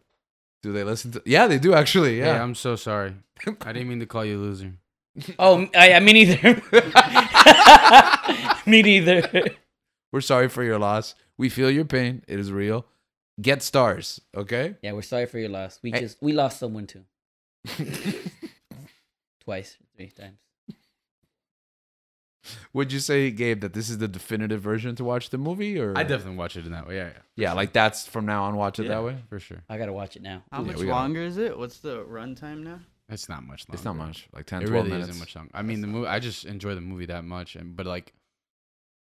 S1: Do they listen to? Yeah, they do actually.
S5: Yeah.
S1: Yeah.
S5: I'm so sorry. I didn't mean to call you a loser.
S4: Oh, I, I me neither. me neither.
S1: We're sorry for your loss. We feel your pain. It is real. Get stars, okay?
S4: Yeah, we're sorry for your loss. We
S1: Hey.
S4: just we lost someone too. Twice, three times.
S1: Would you say, Gabe, that this is the definitive version to watch the movie, or
S5: I definitely watch it in that way. Yeah, yeah.
S1: yeah, like that's from now on, watch it
S5: Yeah,
S1: that way.
S5: for sure.
S4: I gotta watch it now.
S2: How
S1: Yeah,
S2: much
S1: we gotta-
S2: longer is it? What's the runtime now?
S5: It's not much. Longer.
S1: It's not much, like 10,
S5: It
S1: 12
S5: really
S1: minutes.
S5: isn't much longer. I mean, the movie. I just enjoy the movie that much, and but like,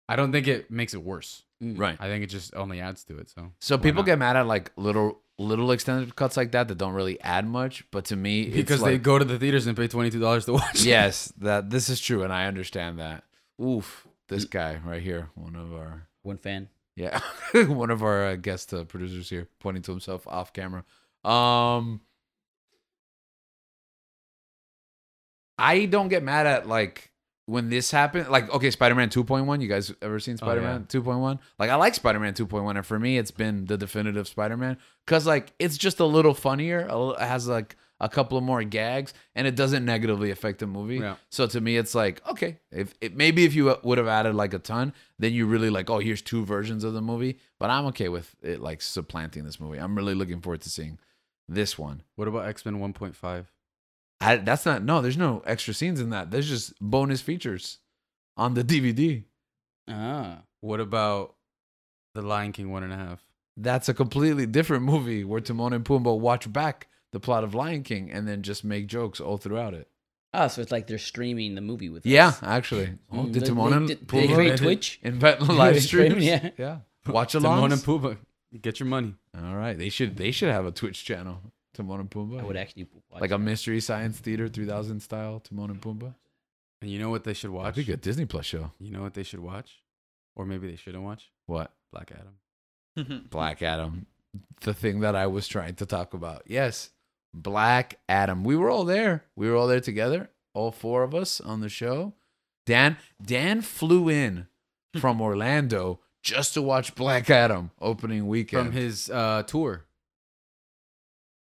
S5: I don't think it makes it worse.
S1: Right.
S5: I think it just only adds to it. So
S1: Mm. So
S5: why
S1: people
S5: not?
S1: get mad at like little little extended cuts like that that don't really add much, but to me, it's
S5: because they
S1: like-
S5: go to the theaters and pay twenty two dollars to watch. it.
S1: yes, that this is true, and I understand that. Oof, this guy right here, one of our
S4: One fan.
S1: Yeah, one of our uh, guest uh, producers here pointing to himself off camera. Um, I don't get mad at like when this happened. Like, okay, Spider Man 2.1. You guys ever seen
S5: Oh, yeah.
S1: Spider Man 2.1? Like, I like Spider Man 2.1, and for me, it's been the definitive Spider Man because like it's just a little funnier. a li- It has like a couple of more gags, and it doesn't negatively affect the movie.
S5: Yeah.
S1: So to me, it's like okay, if it, maybe if you would have added like a ton, then you really like oh here's two versions of the movie. But I'm okay with it like supplanting this movie. I'm really looking forward to seeing this one.
S5: What about X Men one point five?
S1: I, that's not no. There's no extra scenes in that. There's just bonus features on the DVD.
S4: Ah.
S5: What about the Lion King one and a half?
S1: That's a completely different movie where Timon and Pumbaa watch back the plot of Lion King and then just make jokes all throughout it.
S4: Ah, so it's like they're streaming the movie with
S1: Yeah,
S4: us.
S1: actually. Oh,
S4: Mm,
S1: did
S4: they-
S1: Timon
S4: they-
S1: and
S4: did-
S5: they
S1: Pumbaa
S5: create
S4: Twitch?
S1: invent
S4: They
S1: live streams?
S4: create-
S1: yeah. Watch
S5: Timon and
S1: alongs.
S5: Pumbaa. Get your money.
S1: All right, they should they should have a Twitch channel. Timon and Pumbaa.
S4: I would actually watch
S1: like a mystery science theater 3000 style Timon and Pumbaa.
S5: And you know what they should
S1: That'd
S5: watch?
S1: be good Disney Plus show.
S5: You know what they should watch, or maybe they shouldn't watch
S1: What?
S5: Black Adam.
S1: Black Adam. The thing that I was trying to talk about. Yes, Black Adam. We were all there. We were all there together, all four of us on the show. Dan Dan flew in
S4: Hmm.
S1: from Orlando just to watch Black Adam opening weekend.
S5: From his uh, tour.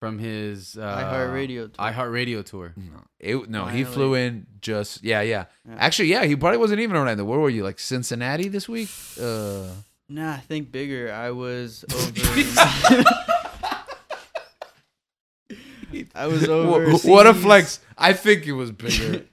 S5: From his uh,
S2: iHeartRadio tour.
S5: iHeartRadio tour.
S1: no, it, no he flew
S2: Miley.
S1: in just yeah, yeah,
S2: Yeah.
S1: Actually, yeah, he probably wasn't even in Orlando. Where were you? Like Cincinnati this week? Uh
S2: Nah, I think bigger. I was over. I was over.
S1: wh- What a flex. I think it was bigger.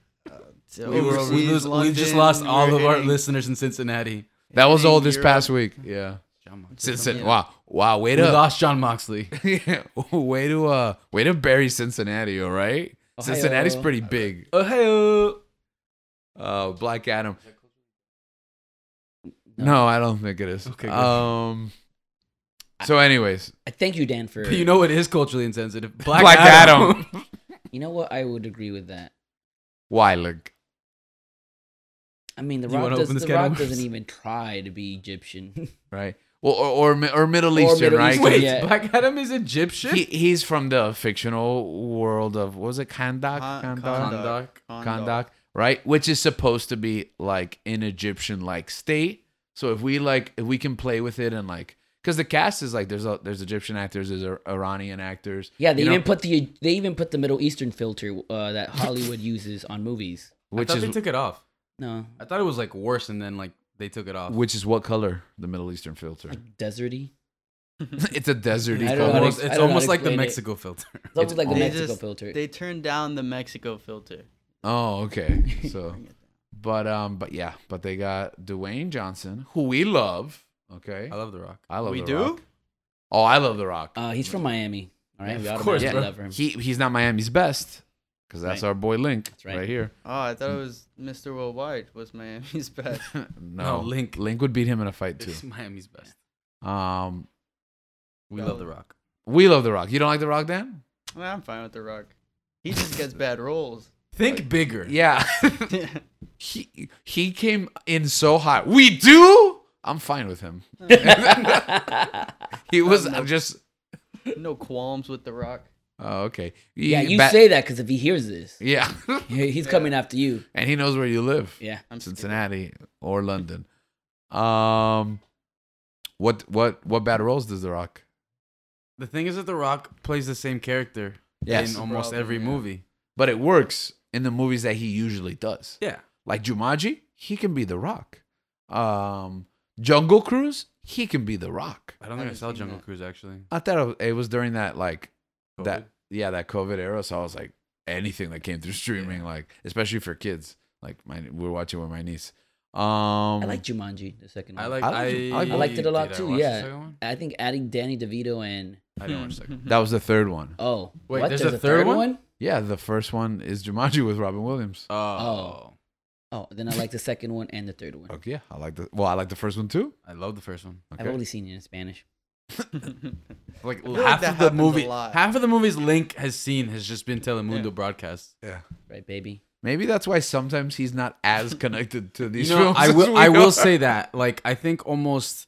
S5: We, were, we, lose, we just lost all of our listeners in Cincinnati.
S1: That was all this
S2: Europe.
S1: past week. Yeah.
S5: John Moxley.
S1: Cincinnati.
S2: Yeah.
S1: Wow. Wow. Wait
S5: We
S1: up.
S5: lost John Moxley.
S1: way to uh way to bury Cincinnati, all right?
S4: Ohio.
S1: Cincinnati's pretty big.
S5: Ohio.
S1: Uh Black Adam.
S4: No.
S1: No, I don't think it is. Okay.
S5: Okay, good.
S1: Um So anyways,
S4: I thank you, Dan, for
S5: But you know it is culturally insensitive. Black,
S1: Black
S5: Adam.
S1: Adam.
S4: You know what? I would agree with that.
S1: why look?
S4: I mean, the
S5: You
S4: Rock,
S5: wanna
S4: does,
S5: open this
S4: the
S5: can of
S4: Rock
S5: worms?
S4: doesn't even try to be Egyptian.
S1: Right? Well, or or, Mi- or Middle
S4: Or
S1: Eastern,
S4: Middle
S1: right? 'Cause
S4: Eastern,
S5: Wait,
S4: Yeah.
S5: Black Adam is Egyptian?
S1: He, he's from the fictional world of what was it Kandak?
S2: Con-
S1: Kandak?
S5: Kondak.
S1: Kandak, right? Which is supposed to be like an Egyptian like state. So if we like, if we can play with it and like, because the cast is like, there's a, there's Egyptian actors, there's Ir- Iranian actors.
S4: yeah, they
S1: you know,
S4: even put the they even put the Middle Eastern filter uh, that Hollywood uses on movies.
S5: I
S1: which
S5: thought
S1: is
S5: they took it off.
S4: No,
S5: I thought it was like worse, and then like they took it off.
S1: which is what color the Middle Eastern filter?
S4: like deserty.
S1: it's a deserty
S4: I don't know
S1: color.
S4: how to
S5: almost,
S4: ex- I
S5: it's
S4: don't know how to
S5: almost like the
S4: explain it.
S5: Mexico filter.
S4: It's almost like the
S1: all-
S2: They
S4: Mexico
S2: just-
S4: filter.
S2: They turned down the Mexico filter.
S1: Oh, okay. So, but um, but yeah, but they got Dwayne Johnson, who we love. Okay.
S5: I love The Rock.
S1: I love
S2: we
S1: The
S2: do?
S1: Rock. Oh, I love The Rock.
S4: Uh, he's from Miami. All right,
S5: Yeah,
S4: we
S5: of
S4: automatically
S5: course, bro.
S4: love him.
S1: He he's not Miami's best because that's
S4: Right.
S1: our boy Link
S4: right.
S1: right. here.
S2: Oh, I
S1: Hmm.
S2: thought it was Mr. Worldwide was Miami's best.
S1: no,
S5: No, Link.
S1: Link would beat him in a fight
S5: It's
S1: too.
S5: Miami's best.
S1: Um,
S5: We
S2: No.
S5: love The Rock.
S1: we love The Rock. You don't like The Rock, Dan?
S2: Well, I'm fine with The Rock. He just gets bad roles.
S5: Think bigger.
S1: Yeah.
S2: yeah,
S1: he he came in so hot. We do. I'm fine with him. He was I'm just
S2: no qualms with The Rock.
S1: oh, okay.
S4: yeah,
S1: He
S4: you
S1: bat-
S4: say that because if he hears this,
S1: yeah,
S4: he- he's coming after you.
S1: and he knows where you live.
S4: Yeah.
S2: I'm stupid.
S1: Cincinnati or London. Um, what what what bad roles does The Rock?
S5: The thing is that The Rock plays the same character
S1: Yes.
S5: in almost
S2: Problem,
S5: every
S2: yeah.
S5: movie.
S1: But it works in the movies that he usually does.
S5: Yeah.
S1: Like Jumanji, he can be The Rock. Um, Jungle Cruise, he can be The Rock.
S5: I don't think I
S2: Haven't
S5: saw
S2: seen
S5: Jungle
S2: that.
S5: Cruise actually.
S1: I thought it was during that like
S5: COVID.
S1: that yeah that COVID era, so I was like anything that came through streaming, like especially for kids. Like my we were watching with my niece. Um,
S4: I like Jumanji, the second one.
S5: I like.
S1: I
S5: I,
S1: like Ju- I like- I
S4: liked it a lot
S5: Mm. did I
S4: too,
S5: watch the
S4: yeah.
S5: second one?
S4: I think adding Danny DeVito and
S5: I didn't watch the second.
S1: that was the third one.
S4: oh,
S5: Wait,
S4: what?
S5: there's a third one?
S1: Yeah, the first one is Jumanji with Robin Williams.
S5: Oh,
S4: Oh. Oh, then I like the second one and the third one.
S1: Okay, yeah, I like the well, I like the first one too.
S5: I love the first one.
S1: Okay.
S4: I've only seen it in Spanish.
S5: Like
S2: like
S5: half
S2: that
S5: of the
S2: happens a
S5: movie,
S2: lot.
S5: half of the movies Link has seen has just been Telemundo broadcasts.
S4: Right, baby.
S1: Maybe that's why sometimes he's not as connected to these
S5: you know,
S1: films.
S5: I
S1: as
S5: will.
S1: we
S5: I will
S1: are.
S5: say that. Like, I think almost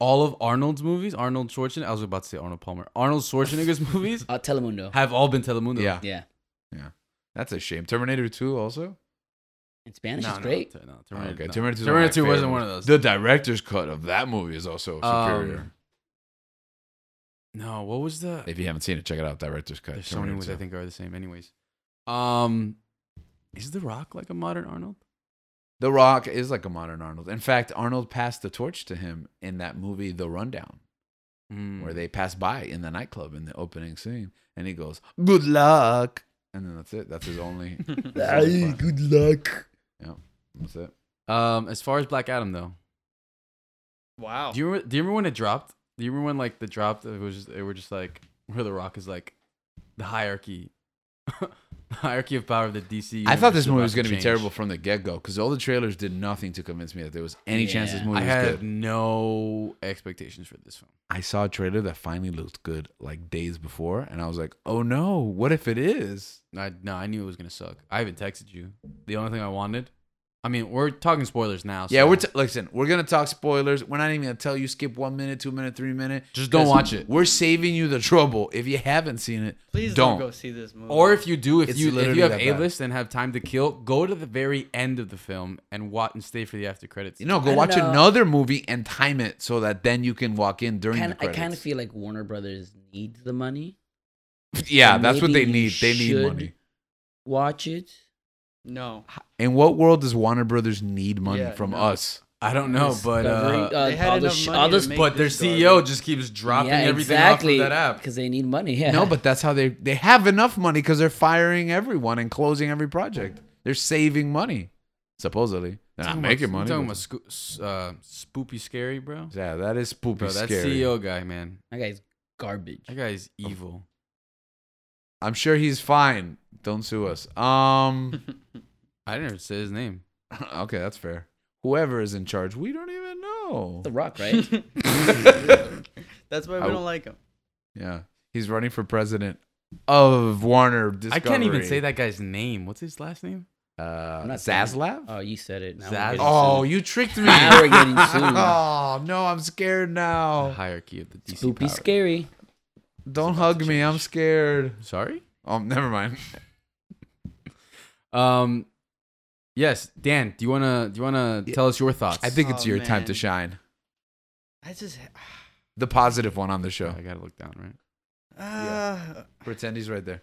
S5: all of Arnold's movies, Arnold Schwarzenegger. I was about to say Arnold Palmer. Arnold Schwarzenegger's movies
S4: Uh, Telemundo.
S5: have all been Telemundo.
S1: Yeah,
S4: Yeah,
S1: that's a shame. Terminator Two also.
S4: and Spanish
S5: No,
S4: is
S5: no,
S4: great.
S5: Ter- no,
S1: Oh,
S5: Terminator,
S1: okay,
S5: no.
S1: Terminator 2
S5: Terminator 2 wasn't
S1: favorite
S5: one of
S1: movies.
S5: those.
S1: The director's cut of that movie is also superior.
S5: Um, no, what was the?
S1: if you haven't seen it, check it out. Director's cut.
S5: There's so many
S1: Terminator
S5: movies
S1: 2.
S5: I think are the same. Anyways, um, is The Rock like a modern Arnold?
S1: The Rock is like a modern Arnold. In fact, Arnold passed the torch to him in that movie, The Rundown, where
S5: Hmm.
S1: they pass by in the nightclub in the opening scene, and he goes, "Good luck," and then that's it. That's his only. his only part.
S4: good luck.
S1: That's it.
S5: Um, as far as Black Adam though,
S2: wow.
S5: do you remember, do you remember when it dropped? Do you remember when like the drop it was just, it were just like where The Rock is like the hierarchy, the hierarchy of power of the DC.
S1: I thought
S5: universe
S1: this
S5: is
S1: movie
S5: about
S1: was going to be
S5: change.
S1: terrible from the get go because all the trailers did nothing to convince me that there was any chance this
S4: Yeah.
S1: movie
S5: I
S1: was
S5: had
S1: good.
S5: no expectations for this film.
S1: I saw a trailer that finally looked good like days before, and I was like, "Oh no, what if it is?"
S5: I no, I knew it was gonna suck. I even texted you. The only thing I wanted. I mean, we're talking spoilers now.
S1: Yeah,
S5: so
S1: we're t- listen. We're gonna talk spoilers. We're not even gonna tell you skip one minute, two minute, three minute.
S5: just don't
S1: 'Cause
S5: watch it.
S1: We're saving you the trouble. If you haven't seen it,
S2: Please
S1: don't.
S2: don't. go see this movie.
S5: Or if you do, if
S1: It's
S5: you if
S1: literally
S5: you have
S1: that bad.
S5: a list and have time to kill, go to the very end of the film and watch and stay for the after credits.
S1: you know,
S4: I
S1: go
S4: don't
S1: watch
S4: know.
S1: another movie and time it so that then you can walk in during
S4: Kinda,
S1: the
S4: I
S1: credits.
S4: kind of feel like Warner Brothers needs the money.
S1: yeah,
S4: so
S1: that's what they
S4: maybe
S1: need.
S4: you
S1: They need
S4: should-
S1: money.
S4: Watch it.
S2: no,
S1: In what world does Warner Brothers need money
S2: Yeah,
S1: from
S2: no.
S1: us?
S5: I don't know, but uh,
S4: Discovery, uh,
S2: They had
S4: all the
S2: enough
S4: sh-
S2: money
S4: all
S2: to
S4: the
S2: make
S5: but their
S2: this
S5: CEO
S2: garbage.
S5: just keeps dropping everything off of that app.
S4: because they need money. Yeah,
S1: No, but that's how they they have enough money because they're firing everyone and closing every project. They're saving money, supposedly. They're not
S5: Talking
S1: making
S5: about,
S1: money.
S5: Talking
S1: but-
S5: about sco- s- uh, spoopy scary, bro.
S1: yeah, that is poopy
S5: Bro, that E
S1: scary.
S5: CEO guy, man,
S4: that guy's garbage.
S5: that guy is evil.
S1: I'm sure he's fine. Don't sue us. Um,
S5: I didn't even say his name.
S1: okay, that's fair. Whoever is in charge, we don't even know.
S4: The Rock, right?
S2: that's why
S1: I-
S2: we don't like him.
S1: Yeah, he's running for president of Warner Discovery.
S5: I can't even say that guy's name. What's his last name?
S1: Uh,
S4: I'm not saying it.
S1: Zaslav.
S4: oh, you said it. Now
S5: Zaz-
S4: we're getting
S1: oh,
S4: sued.
S1: you tricked me.
S4: Now we're getting sued.
S1: oh no, I'm scared
S5: The
S1: now.
S5: hierarchy of the DC.
S4: Spoopy
S5: power.
S4: scary.
S1: Don't hug me. I'm scared.
S5: Sorry.
S1: Oh, never mind.
S5: Um. Yes, Dan. Do you wanna do you wanna
S1: Yeah.
S5: tell us your thoughts?
S1: I think it's
S2: Oh,
S1: your time
S2: man.
S1: to shine.
S2: I just
S1: The positive one on the show.
S5: I gotta look down, right?
S2: uh,
S1: Pretend he's right there.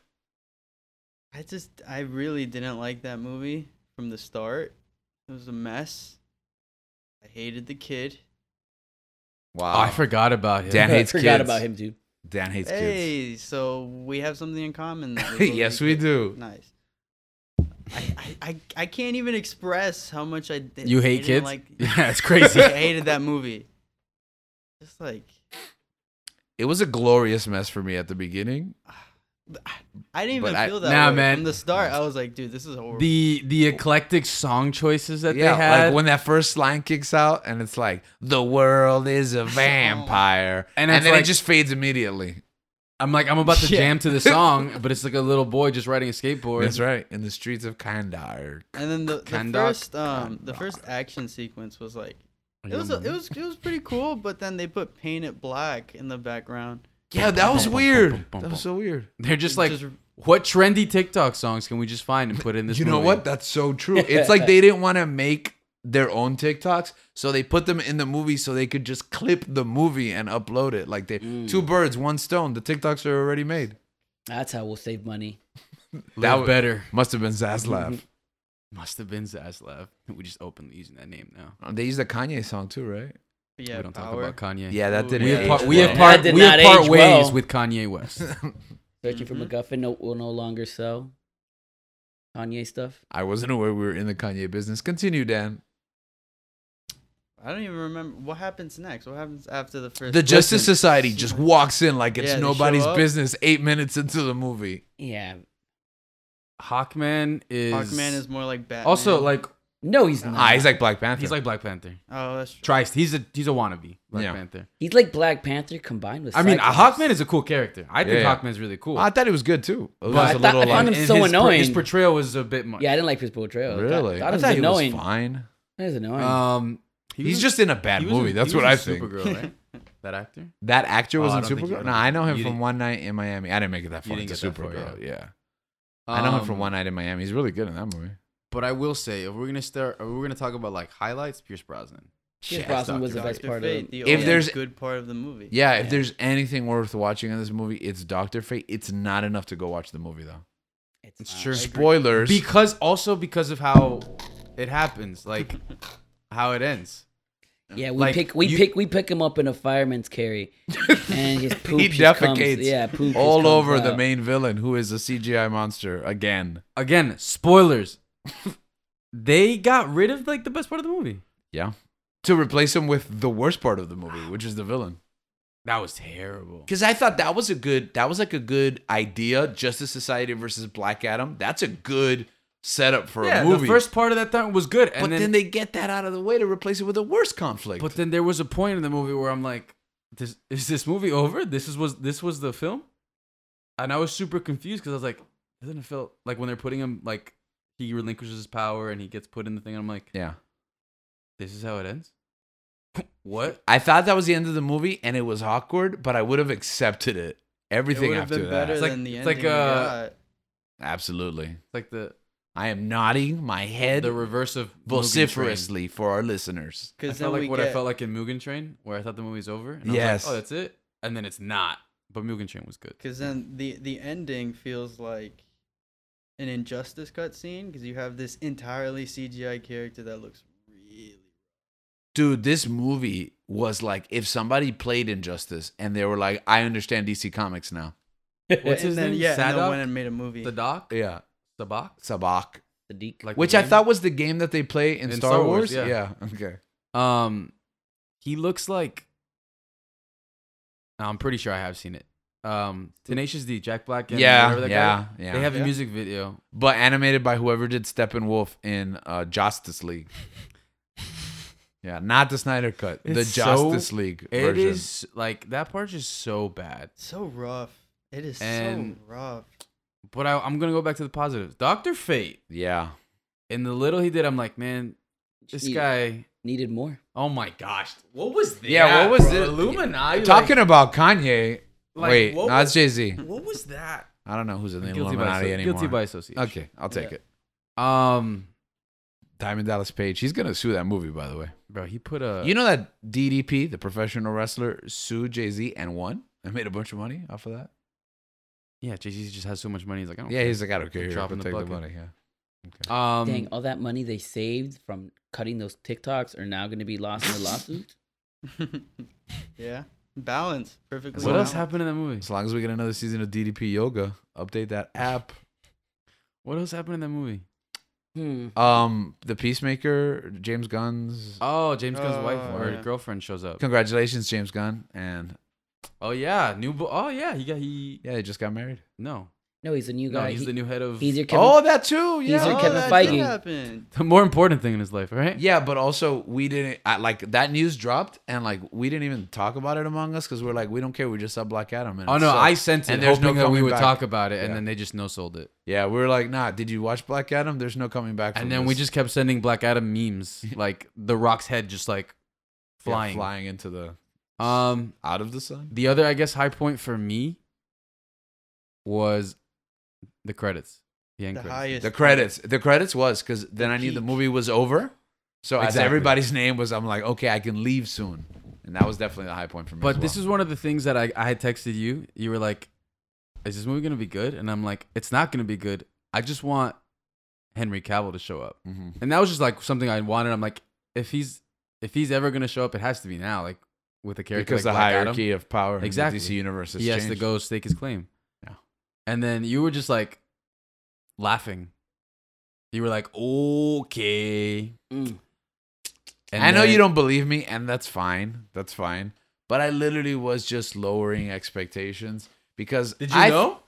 S2: I just I really didn't like that movie from the start. It was a mess. I hated the kid.
S1: Wow.
S5: Oh, I forgot about him.
S1: Ah. Dan
S4: I
S1: hates
S4: forgot
S1: kids.
S4: about him too.
S1: Dan hates kids.
S2: hey, so we have something in common. that both
S1: yes,
S2: like
S1: we
S2: it.
S1: do.
S2: Nice. I, I, I, I can't even express how much I did.
S5: You
S2: hated,
S5: hate kids?
S2: Like,
S5: yeah, it's crazy.
S2: I hated that movie. Just like
S1: It was a glorious mess for me at the beginning.
S2: I didn't
S1: But
S2: even
S1: I-
S2: feel that
S5: Nah,
S2: way.
S5: man.
S2: from the start. I was like, dude, this is horrible.
S5: The the eclectic song choices that
S1: yeah,
S5: they had,
S1: like when that first line kicks out and it's like the world is a vampire,
S5: And
S1: and,
S5: it's
S1: then
S5: like-
S1: it just fades immediately.
S5: I'm like I'm about to
S2: Yeah.
S5: jam to the song, but it's like a little boy just riding a skateboard.
S1: That's right, in the streets of Kandahar.
S2: and then the, the
S5: Kandak,
S2: first um the
S1: Kandak.
S2: first action sequence was like
S5: Are
S2: it
S5: you
S2: was
S5: on
S2: it was it was pretty cool, but then they put paint it black in the background.
S1: Yeah, that was
S5: bum, bum, bum,
S1: weird.
S5: bum,
S1: That
S5: bum.
S1: was so weird.
S5: They're just like,
S2: Just-
S5: what trendy TikTok songs can we just find and put in this?
S1: you know
S5: movie?"
S1: what? That's so true. It's like they didn't want to make their own TikToks, so they put them in the movie so they could just clip the movie and upload it. Like they two birds, one stone. The TikToks are already made.
S4: That's how we'll save money.
S1: That
S5: Live
S1: was-
S5: better
S1: Must have been Zaslav.
S5: must have been Zaslav. We just openly using that name now.
S1: Oh, they used a Kanye song too, right?
S2: But yeah,
S5: we don't
S2: power.
S5: talk about Kanye.
S1: Yeah, that didn't.
S5: we have
S1: age
S5: part, we
S1: well.
S5: have part,
S4: did
S5: we have
S4: not
S5: part
S4: age
S5: ways
S4: well.
S5: with Kanye West.
S4: Searching for
S1: Mm-hmm.
S2: Mhm.
S4: MacGuffin no, will no longer sell. Kanye stuff.
S1: I wasn't aware we were in the Kanye business. Continue, Dan.
S2: I don't even remember what happens next. What happens after the first?
S1: The Justice Society just walks in like it's
S2: Yeah, they show
S1: nobody's
S2: up.
S1: business. Eight minutes into the movie,
S4: Yeah.
S5: Hawkman is
S2: Hawkman is more like Batman.
S5: also like
S4: No, he's not.
S1: ah, he's like Black Panther.
S5: he's like Black Panther.
S2: oh, that's true.
S5: Tries he's a he's a wannabe Black
S1: Yeah.
S5: Panther.
S4: He's like Black Panther combined with.
S5: I mean, uh,
S4: Cyclops.
S5: Hawkman is a cool character. I think
S1: Yeah.
S5: Hawkman's really cool.
S1: I thought it was good too. It was just
S5: But-
S4: I
S1: a
S4: thought-
S1: little
S4: I found
S1: like
S4: him so
S5: his, per- His
S4: annoying.
S5: portrayal was a bit much.
S4: Yeah, I didn't like his portrayal. That-
S1: really.
S4: That,
S1: I
S4: was
S1: thought he was
S4: annoying.
S1: fine.
S4: That was annoying.
S5: Um, he
S1: He's
S5: was-
S1: just in a bad
S5: he was in-
S1: movie.
S5: he
S1: That's
S5: was
S1: what I
S5: in
S1: think.
S5: Supergirl, right? That actor.
S1: That actor
S5: Oh,
S1: was
S5: I
S1: in
S5: don't think you-
S1: Supergirl. No, I know him
S5: you
S1: from
S5: didn't-
S1: One Night in Miami. I didn't make it that
S5: You
S1: far
S5: didn't
S1: into
S5: get that far,
S1: Supergirl. yeah, I know him from
S5: Um,
S1: One Night in Miami. He's really good in that movie.
S5: But I will say, if we're gonna start, if we're gonna talk about like highlights, Pierce Brosnan.
S4: Pierce
S1: Yeah,
S4: Brosnan was the
S5: Dr.
S4: best part
S2: Fate,
S4: of.
S2: the
S1: If
S2: only
S1: there's-
S2: good part of the movie.
S1: Yeah, if
S4: Yeah.
S1: there's anything worth watching in this movie, it's Doctor Fate. It's not enough to go watch the movie though.
S5: It's
S4: not.
S5: true.
S1: Spoilers.
S5: Because also because of how it happens, like how it ends.
S4: Yeah, we
S5: Like,
S4: pick we
S5: you-
S4: pick we pick him up in a fireman's carry, and his poop
S1: he
S4: just comes-
S1: defecates
S4: yeah, poop just
S1: all
S4: comes
S1: over the
S4: out.
S1: main villain, who is a CGI monster again.
S5: Again, spoilers. they got rid of like the best part of the movie.
S1: Yeah, to replace him with the worst part of the movie, which is the villain.
S5: That was terrible.
S1: Because I thought that was a good, that was like a good idea. Justice Society versus Black Adam. That's a good setup for
S5: yeah,
S1: a movie.
S5: the first part of that time was good, and
S1: but then, they get that out of the way to replace it with a worse conflict.
S5: but then there was a point in the movie where I'm like, this, is this movie over? This is was this was the film, and I was super confused because I was like, doesn't it feel like when they're putting him like he relinquishes his power and he gets put in the thing? I'm like,
S1: yeah,
S5: this is how it ends. what?
S1: I thought that was the end of the movie, and it was awkward. But I would have accepted it.
S2: it
S1: Everything
S2: would have
S1: after
S2: been
S1: that,
S2: better
S5: It's like-
S2: than the
S5: it's
S2: ending.
S5: like,
S2: we
S5: uh,
S2: got.
S1: absolutely.
S5: Like the
S1: I am nodding my head
S5: the reverse of Mugen Train.
S1: vociferously for our listeners.
S5: I
S2: Because then
S5: felt
S2: we
S5: like what
S2: get,
S5: I felt like in Mugen Train, where I thought the movie was over. And I was like,
S1: Yes.
S5: oh, that's it. And then it's not. But Mugen Train was good.
S2: Because then the the ending feels like an injustice cut scene because you have this entirely CGI character that looks really.
S1: Dude, this movie was like if somebody played Injustice and they were like, "I understand DC Comics now."
S5: What's
S2: and
S5: his
S2: then,
S5: name?
S2: Yeah, and then
S5: Sadoc?
S2: went and made a movie.
S5: The doc,
S1: Yeah,
S5: the box,
S1: Sabak.
S4: Sadiq.
S5: like the
S1: Which I
S5: game?
S1: thought was the game that they play in, Star, Wars.
S5: yeah.
S1: Okay.
S5: Um, he looks like. I'm pretty sure I have seen it. Um, Tenacious D, Jack Black. And
S1: Yeah.
S5: whatever that guy
S1: Yeah.
S5: is.
S1: Yeah.
S5: They have
S2: Yeah.
S5: a music video.
S1: but animated by whoever did Steppenwolf in uh, Justice League. yeah, not the Snyder cut. the
S5: It's so-
S1: Justice League
S5: It is
S1: version.
S5: like that part's just so bad.
S2: so rough. It is
S5: And-
S2: so rough.
S5: But I, I'm gonna go back to the positives. Doctor Fate
S1: Yeah.
S5: and the little he did. I'm like, man, this
S4: Needed-
S5: guy.
S4: needed more.
S5: Oh my gosh, what was that?
S1: Yeah, what was
S5: bro?
S1: it?
S5: Illuminati.
S1: Talking about Kanye.
S5: like,
S1: Wait,
S5: what
S1: no, that's
S5: was-
S1: Jay Z.
S5: What was that?
S1: I don't know who's in the
S5: Guilty by,
S1: Illuminati
S5: asso-
S1: anymore.
S5: guilty by association.
S1: Okay, I'll take
S2: Yeah.
S1: it.
S5: Um,
S1: Diamond Dallas Page. He's gonna sue that movie, by the way.
S5: bro, he put a.
S1: you know that DDP, the professional wrestler, sued Jay Z and won and made a bunch of money off of that.
S5: yeah, Jay Z just has so much money. He's like, I don't
S1: Yeah, he's like, I don't care. Here,
S5: Drop
S1: I'll
S5: in the
S1: take the
S5: bucket.
S1: money. Yeah.
S5: care. Um,
S4: Dang, all that money they saved from cutting those TikToks are now going to be lost in the lawsuit.
S2: yeah, balance perfectly.
S5: What else
S2: balanced.
S5: happened in that movie?
S1: As long as we get another season of DDP Yoga, update that app.
S5: What else happened in that movie?
S4: Hmm.
S1: Um, the Peacemaker, James Gunn's.
S5: Oh, James Gunn's wife
S2: Oh,
S5: or
S2: yeah.
S5: girlfriend shows up.
S1: Congratulations, James Gunn, and
S5: Oh yeah, new. Bo- oh yeah, he got he.
S1: yeah, they just got married.
S5: No,
S4: No, he's the new
S5: no,
S4: guy.
S5: he's
S4: He-
S5: the new head of.
S4: he's your Kevin.
S1: oh, that too. Yeah.
S4: He's like
S2: Oh,
S4: Kevin
S2: that did
S4: Feige.
S2: happen.
S5: the more important thing in his life, right?
S1: Yeah, but also we didn't I, like that news dropped, and like we didn't even talk about it among us because we're like we don't care. We just saw Black Adam. And
S5: Oh
S1: it
S5: no,
S1: sucked.
S5: I sent it
S1: And there's
S5: hoping
S1: no
S5: that we
S1: coming
S5: would
S1: back.
S5: talk about it, and
S1: Yeah.
S5: then they just no sold it.
S1: Yeah, we were like, nah. Did you watch Black Adam? There's no coming back. from
S5: And then we
S1: this.
S5: just kept sending Black Adam memes, like the Rock's head just like
S1: Yeah,
S5: flying.
S1: flying into the
S5: Um,
S1: out of the sun.
S5: the other, I guess, high point for me was the credits, the end
S2: The
S5: credits.
S2: highest.
S1: The credits. The credits was because then I knew the
S2: peak.
S1: movie was over. So as
S5: Exactly.
S1: everybody's name was, I'm like, okay, I can leave soon, and that was definitely the high point for me.
S5: But this is one of the things that I, I had texted you. You were like, "Is this movie gonna be good?" And I'm like, "It's not gonna be good. I just want Henry Cavill to show up."
S1: hmm
S5: And that was just like something I wanted. I'm like, if he's if he's ever gonna show up, it has to be now, like with a character
S1: because
S5: like
S1: the
S5: Black Adam.
S1: hierarchy of power in
S5: Exactly.
S1: the DC universe has
S5: he has
S1: changed.
S5: to go stake his claim.
S1: Yeah.
S5: And then you were just like laughing. You were like, okay.
S4: Mm.
S5: And
S1: I know
S5: then-
S1: you don't believe me, and that's fine. That's fine. But I literally was just lowering expectations because
S5: Did you
S1: I-
S5: know?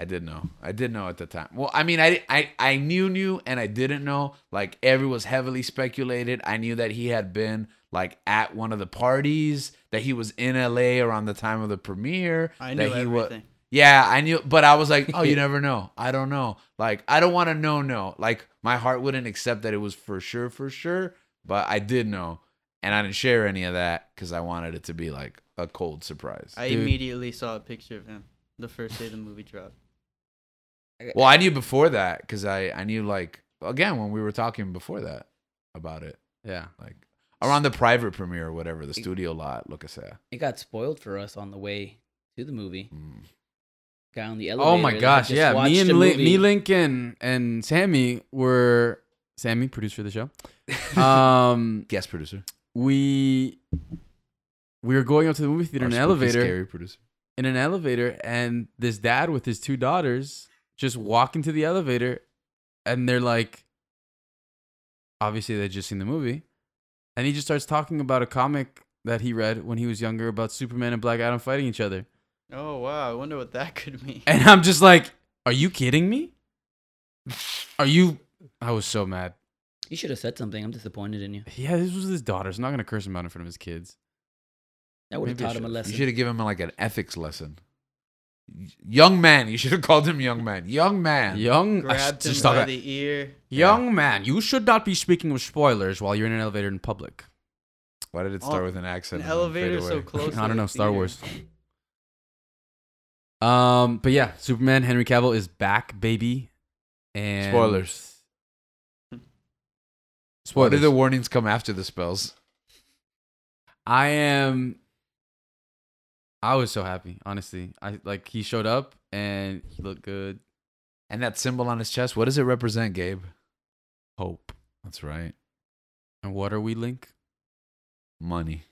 S1: I did know. I did know at the time. Well, I mean, I I I knew knew, and I didn't know. Like every was heavily speculated. I knew that he had been like at one of the parties that he was in LA around the time of the premiere.
S2: I knew
S1: that he wa-
S2: everything.
S1: yeah, I knew, but I was like, oh, you never know. I don't know. Like, I don't want to know, no. Like, my heart wouldn't accept that it was for sure, for sure, but I did know. And I didn't share any of that because I wanted it to be like a cold surprise.
S2: I
S5: Dude.
S2: immediately saw a picture of him the first day the movie dropped.
S1: well, I knew before that because I, I knew, like, again, when we were talking before that about it,
S5: Yeah.
S1: like around the private premiere or whatever, the studio lot, look at that.
S4: It got spoiled for us on the way to the movie.
S1: Mm.
S4: Guy on the elevator.
S5: Oh my
S4: that
S5: gosh.
S4: just
S5: Yeah.
S4: watched
S5: Me
S4: a
S5: and Li-
S4: movie.
S5: me, Lincoln, and Sammy were Sammy, producer of the show. Um,
S1: Guest producer.
S5: we we were going up to the movie theater
S1: Our
S5: in an
S1: spooky,
S5: elevator.
S1: Scary producer.
S5: in an elevator and this dad with his two daughters just walk into the elevator and they're like obviously they just seen the movie and he just starts talking about a comic that he read when he was younger about Superman and Black Adam fighting each other.
S2: Oh wow, I wonder what that could mean.
S5: And I'm just like, "Are you kidding me? Are you I was so mad.
S4: You should have said something. I'm disappointed in you.
S5: Yeah, this was his daughters. I'm not going to curse him out in front of his kids.
S4: That would have
S5: Maybe I
S4: taught him a
S5: should've.
S1: You
S4: lesson.
S1: should have given him like an ethics lesson. Y- Young man, you should have called him young man. Young man.
S5: Young I
S2: Grabbed him
S5: just
S2: by
S5: thought-
S2: the ear.
S5: Young man, you should not be speaking of spoilers while you're in an elevator in public.
S1: Why did it
S2: Oh,
S1: start with an accent? and
S2: An
S1: then
S2: elevator
S1: fade
S2: so
S1: away?
S2: close.
S5: I
S2: to
S5: don't know,
S2: the
S5: Star
S2: theater.
S5: Wars. Um, but yeah, Superman Henry Cavill is back, baby. And
S1: Spoilers. What
S5: Spoilers.
S1: did the warnings come after the spells?
S5: I am I was so happy, honestly. I like he showed up and he looked good.
S1: And that symbol on his chest, what does it represent, Gabe?
S5: Hope.
S1: That's right.
S5: And what are we link?
S1: Money.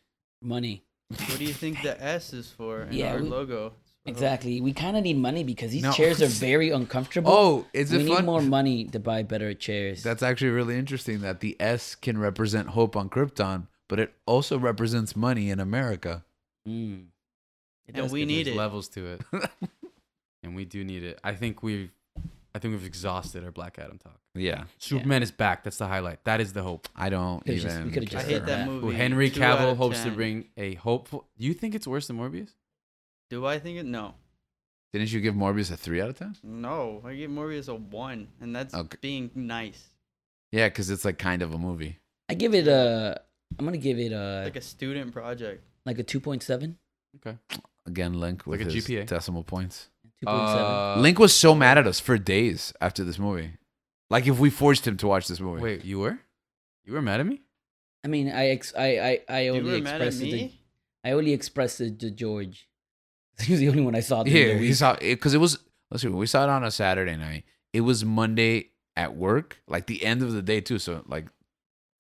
S4: Money.
S2: What do you think the S is for in
S4: Yeah,
S2: our
S4: we-
S2: logo?
S4: Exactly. We kind of need money because these
S1: No.
S4: chairs are very uncomfortable.
S1: Oh, is
S4: we
S1: it
S4: need
S1: fun?
S4: more money to buy better chairs.
S1: That's actually really interesting that the S can represent hope on Krypton, but it also represents money in America.
S4: Mm. It
S2: And
S4: does
S2: we
S4: give
S2: need
S5: There's
S2: it.
S5: levels to it. and we do need it. I think we've I think we've exhausted our Black Adam talk.
S1: Yeah.
S5: Superman is back. That's the highlight. That is the hope.
S1: I don't
S4: Could've just-
S1: even.
S4: we could've
S2: I
S4: just
S1: care.
S2: hate that
S5: Who
S2: movie.
S5: Henry
S2: Two out
S5: Cavill
S2: of
S5: hopes to
S2: 10.
S5: bring a hopeful. Do you think it's worse than Morbius?
S2: Do I think it? No,
S1: Didn't you give Morbius a three out of ten?
S2: no. I give Morbius a one, and that's
S1: Okay.
S2: being nice.
S1: Yeah, because it's like kind of a movie.
S4: I give it a. I'm gonna give it a
S2: Like a student project.
S4: like a 2.7. 2.7.
S1: Again, Link with
S5: Like a
S1: his
S5: GPA.
S1: decimal points.
S5: Uh,
S1: Link was so mad at us for days after this movie. Like if we forced him to watch this movie.
S5: Wait, you were? You were mad at me?
S4: I mean, I ex I I, I
S2: You
S4: only
S2: were mad at
S4: expressed it. To,
S2: me.
S4: I only expressed it to George. He was the only one I saw. during
S1: yeah,
S4: the
S1: we
S4: week.
S1: saw it because it was. Let's see, we saw it on a Saturday night. It was Monday at work, like the end of the day too. So like,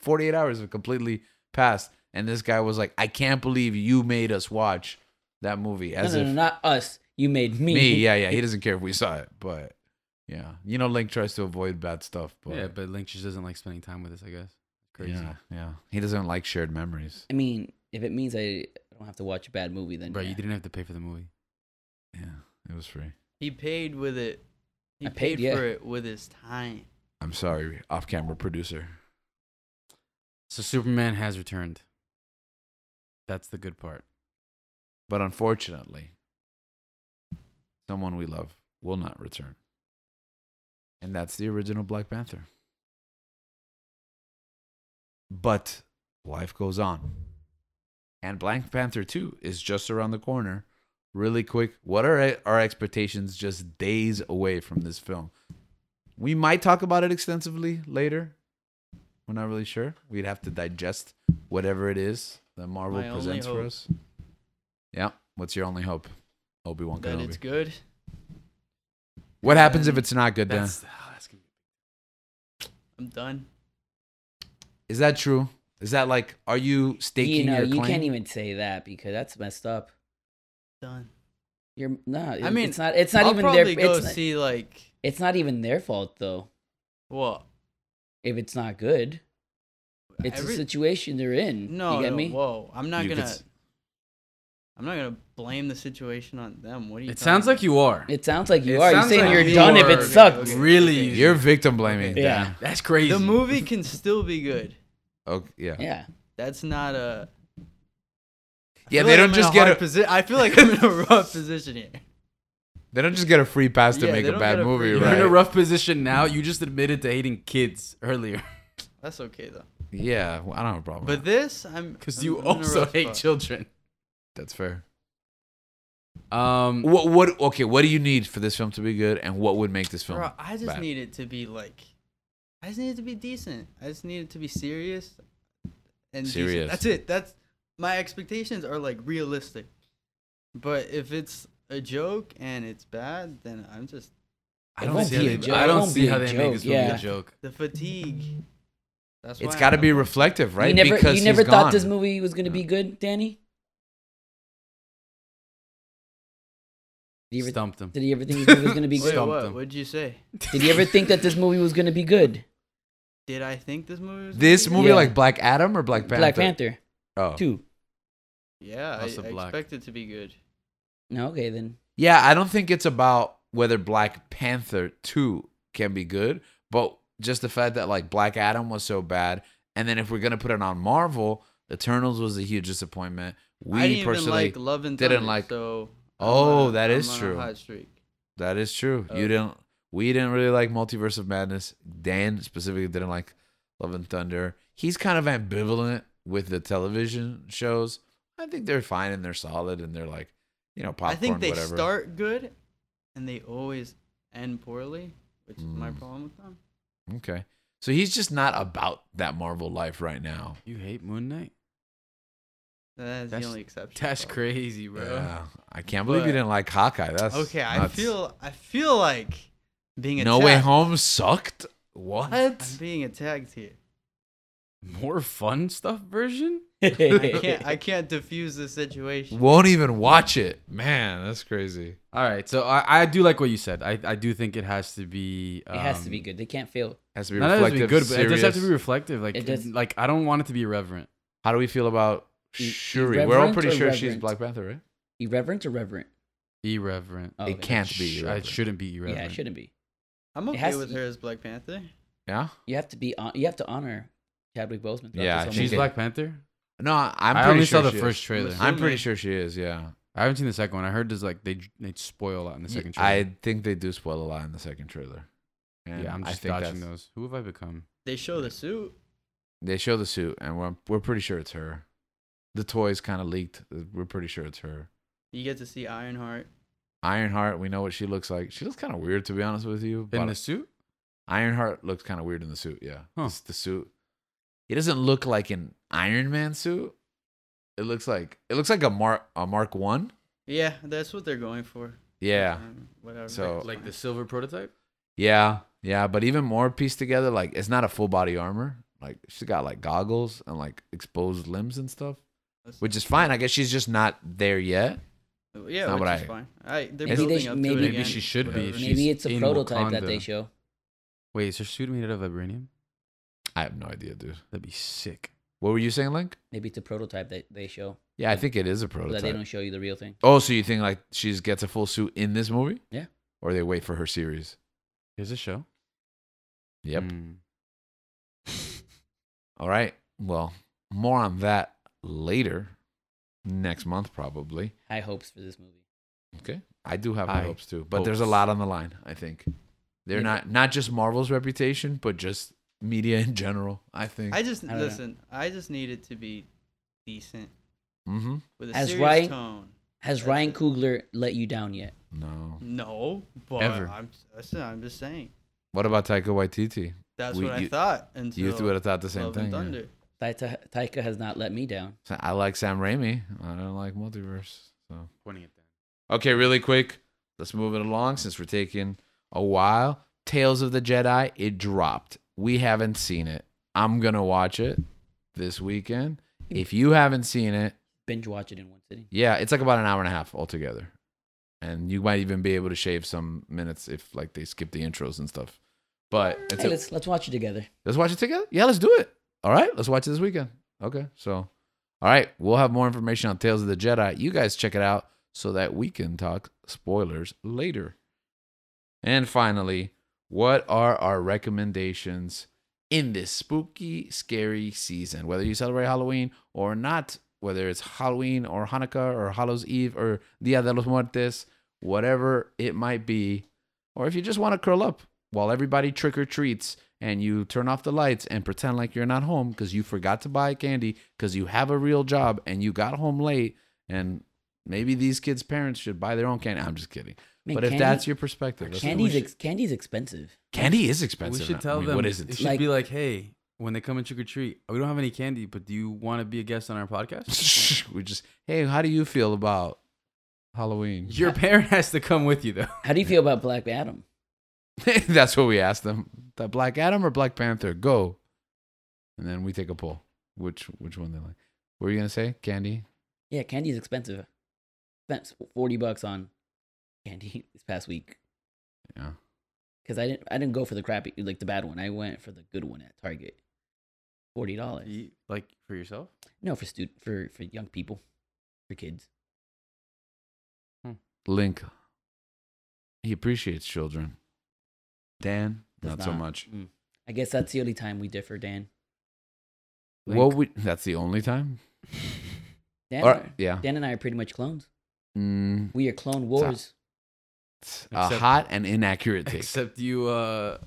S1: forty eight hours have completely passed, and this guy was like, "I can't believe you made us watch that movie."
S4: No,
S1: As
S4: no,
S1: if
S4: no, not us. You made me.
S1: me, yeah, yeah. He doesn't care if we saw it, but Yeah. You know, Link tries to avoid bad stuff, but
S5: yeah, but Link just doesn't like spending time with us. I guess. Crazy.
S1: yeah, yeah. He doesn't like shared memories.
S4: I mean, if it means I don't have to watch a bad movie, then
S5: Bro,
S4: yeah.
S5: you didn't have to pay for the movie.
S1: Yeah, it was free.
S2: He paid with it. He
S4: I
S2: paid,
S4: paid, yeah.
S2: for it with his time.
S1: I'm sorry, off-camera producer.
S5: So Superman has returned. That's the good part.
S1: But unfortunately, someone we love will not return. And that's the original Black Panther. But life goes on. And Black Panther 2 is just around the corner. Really quick, what are e-, our expectations just days away from this film? We might talk about it extensively later. We're not really sure. We'd have to digest whatever it is that Marvel
S2: My only
S1: presents for
S2: hope.
S1: us. Yeah. What's your only hope? Obi Wan
S2: That it's
S1: Kenobi.
S2: good.
S1: What happens if it's not good then?
S5: That's, ah, that's gonna be-
S2: I'm done.
S1: Is that true? Is that like are you staking
S4: you know,
S1: your
S4: you
S1: claim?
S4: can't even say that because that's messed up.
S2: Done.
S4: You're not.
S2: I
S4: I
S2: mean,
S4: mean, it's not. It's not
S2: I'll
S4: even their.
S2: probably
S4: It's
S2: go
S4: not,
S2: see like
S4: it's not even their fault though.
S2: what?
S4: If it's not good, it's
S2: Every-
S4: a situation they're in.
S2: No,
S4: you get
S2: no,
S4: me?
S2: whoa! I'm not
S5: You could
S2: gonna.
S5: s-
S2: I'm not gonna blame the situation on them. What are you?
S5: It sounds like you are.
S4: It sounds like you
S5: It
S4: are. You're
S5: sounds
S4: saying
S5: like
S4: you're
S5: you
S4: done if
S5: are
S4: it sucks.
S5: okay. Really?
S1: You're victim blaming.
S4: Yeah.
S1: Dan.
S5: That's crazy.
S2: The movie can still be good.
S1: Okay, yeah.
S4: Yeah.
S2: That's not a. I
S1: Yeah,
S2: feel
S1: they
S2: like
S1: don't
S2: I'm in
S1: just
S2: a
S1: get
S2: hard
S1: a-
S2: posi- I feel like I'm in a rough position here.
S1: They don't just get a free pass to
S2: Yeah,
S1: make
S2: they
S1: a
S2: don't
S1: bad
S2: get a
S1: movie,
S2: free-
S5: You're
S1: right?
S5: in a rough position now. You just admitted to hating kids earlier
S2: That's okay though.
S1: yeah, well, I don't have a problem.
S2: But this, I'm
S5: because
S2: I'm-
S5: you
S2: I'm in a
S5: also
S2: rough
S5: hate
S2: spot.
S5: children.
S1: that's fair.
S5: Um,
S1: What what okay, what do you need for this film to be good and what would make this film?
S2: Bro, I just
S1: bad?
S2: need it to be like, I just need it to be decent. I just need it to be serious. And decent.
S1: Serious.
S2: That's it. That's my expectations are like realistic. But if it's a joke and it's bad, then I'm just
S1: I
S4: It
S1: don't
S4: won't
S1: see
S4: be
S1: how
S4: a
S1: they-
S4: joke.
S5: I
S4: It
S5: don't
S4: won't
S5: see
S4: be
S5: how
S4: a
S5: they make
S4: joke,
S5: this movie
S4: yeah.
S5: a joke.
S2: the fatigue. That's
S1: It's
S2: why
S1: got to
S2: I'm-
S1: be reflective, right?
S4: You never, you
S1: he's
S4: never thought this
S1: gone.
S4: movie was gonna be good, Danny. Did you ever,
S5: Stumped them.
S4: did you ever think this movie was gonna be
S2: Wait,
S4: good?
S5: Stumped
S2: what?
S5: him.
S2: What'd you say?
S4: Did you ever think that this movie was gonna be good?
S2: Did I think this movie was
S1: This
S2: gonna
S1: movie
S4: Yeah.
S1: like Black Adam or Black Panther?
S4: Black Panther
S1: Oh.
S4: two.
S2: be good? Yeah, I,
S5: House of
S2: I
S5: Black.
S2: expect it to be good.
S4: No, okay then.
S1: Yeah, I don't think it's about whether Black Panther 2 can be good, but just the fact that like Black Adam was so bad. And then if we're going to put it on Marvel, Eternals was a huge disappointment. We
S2: I didn't
S1: personally
S2: even like Love and
S1: didn't
S2: Thunder,
S1: like-
S2: So I'm
S1: Oh,
S2: on a-
S1: that is
S2: I'm on a
S1: true.
S2: hot streak.
S1: That is true.
S2: Oh.
S1: you didn't we didn't really like Multiverse of Madness. Dan specifically didn't like Love and Thunder. He's kind of ambivalent with the television shows. I think they're fine and they're solid and they're like, you know, popcorn
S2: I think they
S1: whatever.
S2: start good, and they always end poorly, which is my
S1: Mm.
S2: problem with them.
S1: okay. So he's just not about that Marvel life right now.
S5: You hate Moon Knight?
S2: That's,
S5: That's-
S2: the only exception.
S5: That's
S2: though.
S5: crazy, bro.
S1: Yeah, I can't believe you
S2: But-
S1: didn't like Hawkeye. That's
S2: Okay, I
S1: nuts.
S2: feel I feel like being
S1: No
S2: attacked.
S1: Way Home sucked. What?
S2: I'm being attacked here.
S5: More fun stuff version?
S2: I can't I can't diffuse the situation.
S1: Won't even watch it. Man, that's crazy.
S5: All right, so I, I do like what you said. I, I do think it has to be.
S4: it has to be
S5: um,
S4: good. They can't fail.
S1: Has to be
S5: Not that it has to
S1: reflective.
S5: be good, but it does have to be
S1: serious.
S5: reflective. Like,
S4: It
S5: it-
S4: does-
S5: like I don't want it to be irreverent.
S1: How do we feel about
S4: E-
S1: Shuri? We're all
S4: irreverent
S1: pretty
S4: or
S1: sure she's
S4: reverent?
S1: Black Panther, right?
S4: Irreverent or reverent?
S5: Irreverent.
S4: Oh,
S1: it
S4: okay.
S1: can't be.
S5: Sh-
S1: Irreverent.
S5: It shouldn't be
S4: Yeah,
S5: irreverent.
S4: it shouldn't be.
S2: I'm okay
S4: has to
S2: with
S4: be-
S2: her as Black Panther.
S1: Yeah.
S4: You have to be. On, you have to honor Chadwick Boseman. throughout
S1: Yeah,
S4: this whole
S5: She's
S1: Okay.
S4: movie.
S5: Black Panther.
S1: No, I- I'm
S5: I
S1: pretty
S5: only
S1: sure
S5: saw the
S1: she
S5: first
S1: Is.
S5: trailer.
S2: Listen.
S1: I'm pretty sure she is. Yeah.
S5: I haven't seen the second one. I heard there's like they they spoil a lot in the second trailer.
S1: I think they do spoil a lot in the second trailer. And
S5: yeah, I'm
S1: I
S5: just
S1: think
S5: dodging
S1: that's-
S5: those. Who have I become?
S2: They show the suit.
S1: They show the suit, and we're we're pretty sure it's her. The toy's kind of leaked. uh, We're pretty sure it's her.
S2: You get to see Ironheart.
S1: Ironheart, we know what she looks like. She looks kind of weird, to be honest with you. But
S5: In the suit?
S1: Ironheart looks kind of weird in the suit. Yeah,
S5: Huh.
S1: It's the suit. It doesn't look like an Iron Man suit. It looks like it looks like a Mark a Mark One.
S2: Yeah, that's what they're going for.
S1: Yeah,
S2: Um, Whatever.
S1: So-
S2: It's
S5: Like
S2: fine.
S5: the silver prototype?
S1: yeah, yeah. But even more pieced together, like it's not a full body armor. Like she's got like goggles and like exposed limbs and stuff,
S2: That's-
S1: which is fine. I guess she's just not there yet.
S2: Yeah,
S1: not
S2: which
S1: what
S2: is
S1: I-
S2: fine. I, they're
S4: Maybe they
S2: building
S4: sh-
S2: up to
S4: maybe-
S2: it
S5: Maybe
S2: again.
S5: she should be.
S2: whatever.
S5: if
S4: Maybe
S5: she's
S4: it's a
S5: in
S4: prototype that
S5: Wakanda.
S4: they show.
S5: Wait, is her suit made out of vibranium?
S1: I have no idea, dude.
S5: That'd be sick.
S1: What were you saying, Link?
S4: Maybe it's a prototype that they show
S1: Yeah, I think it is a
S4: so that they don't
S1: prototype.
S4: show you the real thing.
S1: Oh, so you think like she gets a full suit in this movie?
S4: Yeah.
S1: Or they wait for her series?
S5: Here's a show.
S1: Yep.
S5: Hmm.
S1: All right. Well, more on that later, next month probably.
S4: High hopes for this movie.
S1: Okay. I do have high
S5: High
S1: hopes too, but there's a
S5: hopes.
S1: lot on the line. I think they're
S4: Yeah.
S1: not not just Marvel's reputation, but just media in general. I think.
S2: I just
S4: I don't know.
S2: listen. I just need it to be decent
S1: mm-hmm.
S2: with a
S4: Has
S2: serious
S4: Ryan-
S2: tone.
S4: Has
S2: That's
S4: Ryan
S2: it.
S4: Coogler let you down yet?
S1: No.
S2: No, but
S5: Ever.
S2: I'm listen, I'm just saying.
S1: What about Taika Waititi?
S2: That's
S1: We-
S2: what
S1: you-
S2: I thought until
S1: You would have thought the same
S2: Love and
S1: thing. yeah.
S2: Thunder.
S4: Taika, Taika has not let me down.
S1: So I like Sam Raimi. I don't like multiverse. So
S5: Pointing it down.
S1: okay, really quick. Let's move it along since we're taking a while. Tales of the Jedi. It dropped. We haven't seen it. I'm gonna watch it this weekend. If you haven't seen it,
S4: Binge watch it in one sitting.
S1: Yeah, it's like about an hour and a half altogether. And you might even be able to shave some minutes if like they skip the intros and stuff. But it's
S4: Hey,
S1: a-
S4: let's let's watch it together.
S1: let's watch it together. Yeah, let's do it. All right, let's watch it this weekend. Okay, so all right, we'll have more information on Tales of the Jedi. You guys check it out so that we can talk spoilers later. And finally, what are our recommendations in this spooky, scary season? Whether you celebrate Halloween or not, whether it's Halloween or Hanukkah or Hallows Eve or Dia de los Muertes, whatever it might be, or if you just want to curl up while everybody trick or treats and you turn off the lights and pretend like you're not home because you forgot to buy candy because you have a real job and you got home late and maybe these kids' parents should buy their own candy. I'm just kidding.
S4: Man,
S1: but
S4: candy-
S1: if that's your perspective, that's
S4: Candy's
S1: what-
S4: ex- candy's expensive.
S1: candy is expensive.
S5: We
S1: now.
S5: should tell
S1: I mean,
S5: them.
S1: what is it?
S5: It should
S4: Like-
S5: be like, hey, when they come and trick or treat, we don't have any candy, but do you want to be a guest on our podcast?
S1: we just hey, how do you feel about Halloween?
S5: Your parent has to come with you though.
S4: How do you feel about Black Adam?
S1: That's what we asked them. The Black Adam or Black Panther? Go. And then we take a poll. Which which one they like. What were you gonna say? Candy?
S4: Yeah, candy's expensive. Spent forty bucks on candy this past week
S1: Yeah.
S4: because I didn't I didn't go for the crappy like the bad one. I went for the good one at Target. Forty dollars.
S5: You- like for yourself?
S4: No, for student for for young people, for kids.
S1: Link. He appreciates children. Dan,
S4: Does
S1: not, so much.
S4: Mm. I guess that's the only time we differ, Dan.
S5: Link.
S1: What we that's the only time?
S4: Dan,
S1: Or-
S4: and I-
S1: yeah.
S4: Dan and I are pretty much clones.
S1: Mm,
S4: We are clone wars.
S1: it's a
S5: Except-
S1: hot and inaccurate take.
S5: Except you uh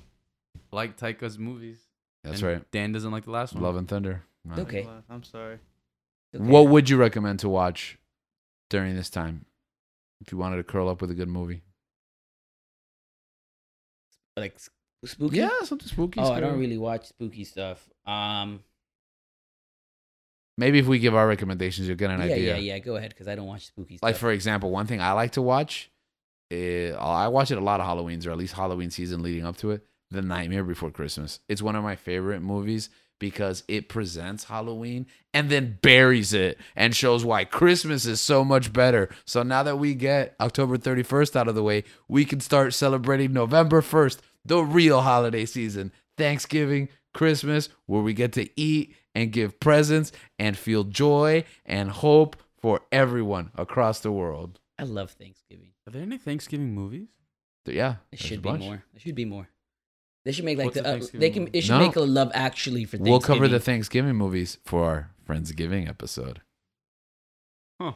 S5: like Taika's movies.
S1: That's
S5: And
S1: right.
S5: Dan doesn't like the last one.
S1: Love and Thunder. Right.
S4: Okay.
S2: I'm sorry.
S4: Okay.
S1: What would you recommend to watch during this time if you wanted to curl up with a good movie?
S4: like s- spooky?
S1: Yeah, something spooky.
S4: Oh, I don't
S1: scary.
S4: really watch spooky stuff. Um.
S1: Maybe if we give our recommendations, you'll get an
S4: yeah,
S1: idea.
S4: yeah, yeah. Go ahead, because I don't watch spooky stuff.
S1: Like for example, one thing I like to watch, is, I watch it a lot of Halloweens or at least Halloween season leading up to it. The Nightmare Before Christmas. It's one of my favorite movies because it presents Halloween and then buries it and shows why Christmas is so much better. So now that we get October 31st out of the way, we can start celebrating November 1st, the real holiday season. Thanksgiving, Christmas, where we get to eat and give presents and feel joy and hope for everyone across the world.
S4: I love Thanksgiving.
S5: Are there any Thanksgiving movies?
S1: So, yeah.
S4: It
S1: there's a
S4: should be
S1: bunch.
S4: more. It should be more. They should make like
S5: What's
S4: the
S5: the
S4: uh,
S5: Thanksgiving
S4: they can
S5: movie?
S4: it should
S1: No.
S4: make a love actually for Thanksgiving.
S1: We'll cover the Thanksgiving movies for our Friendsgiving episode,
S5: Huh.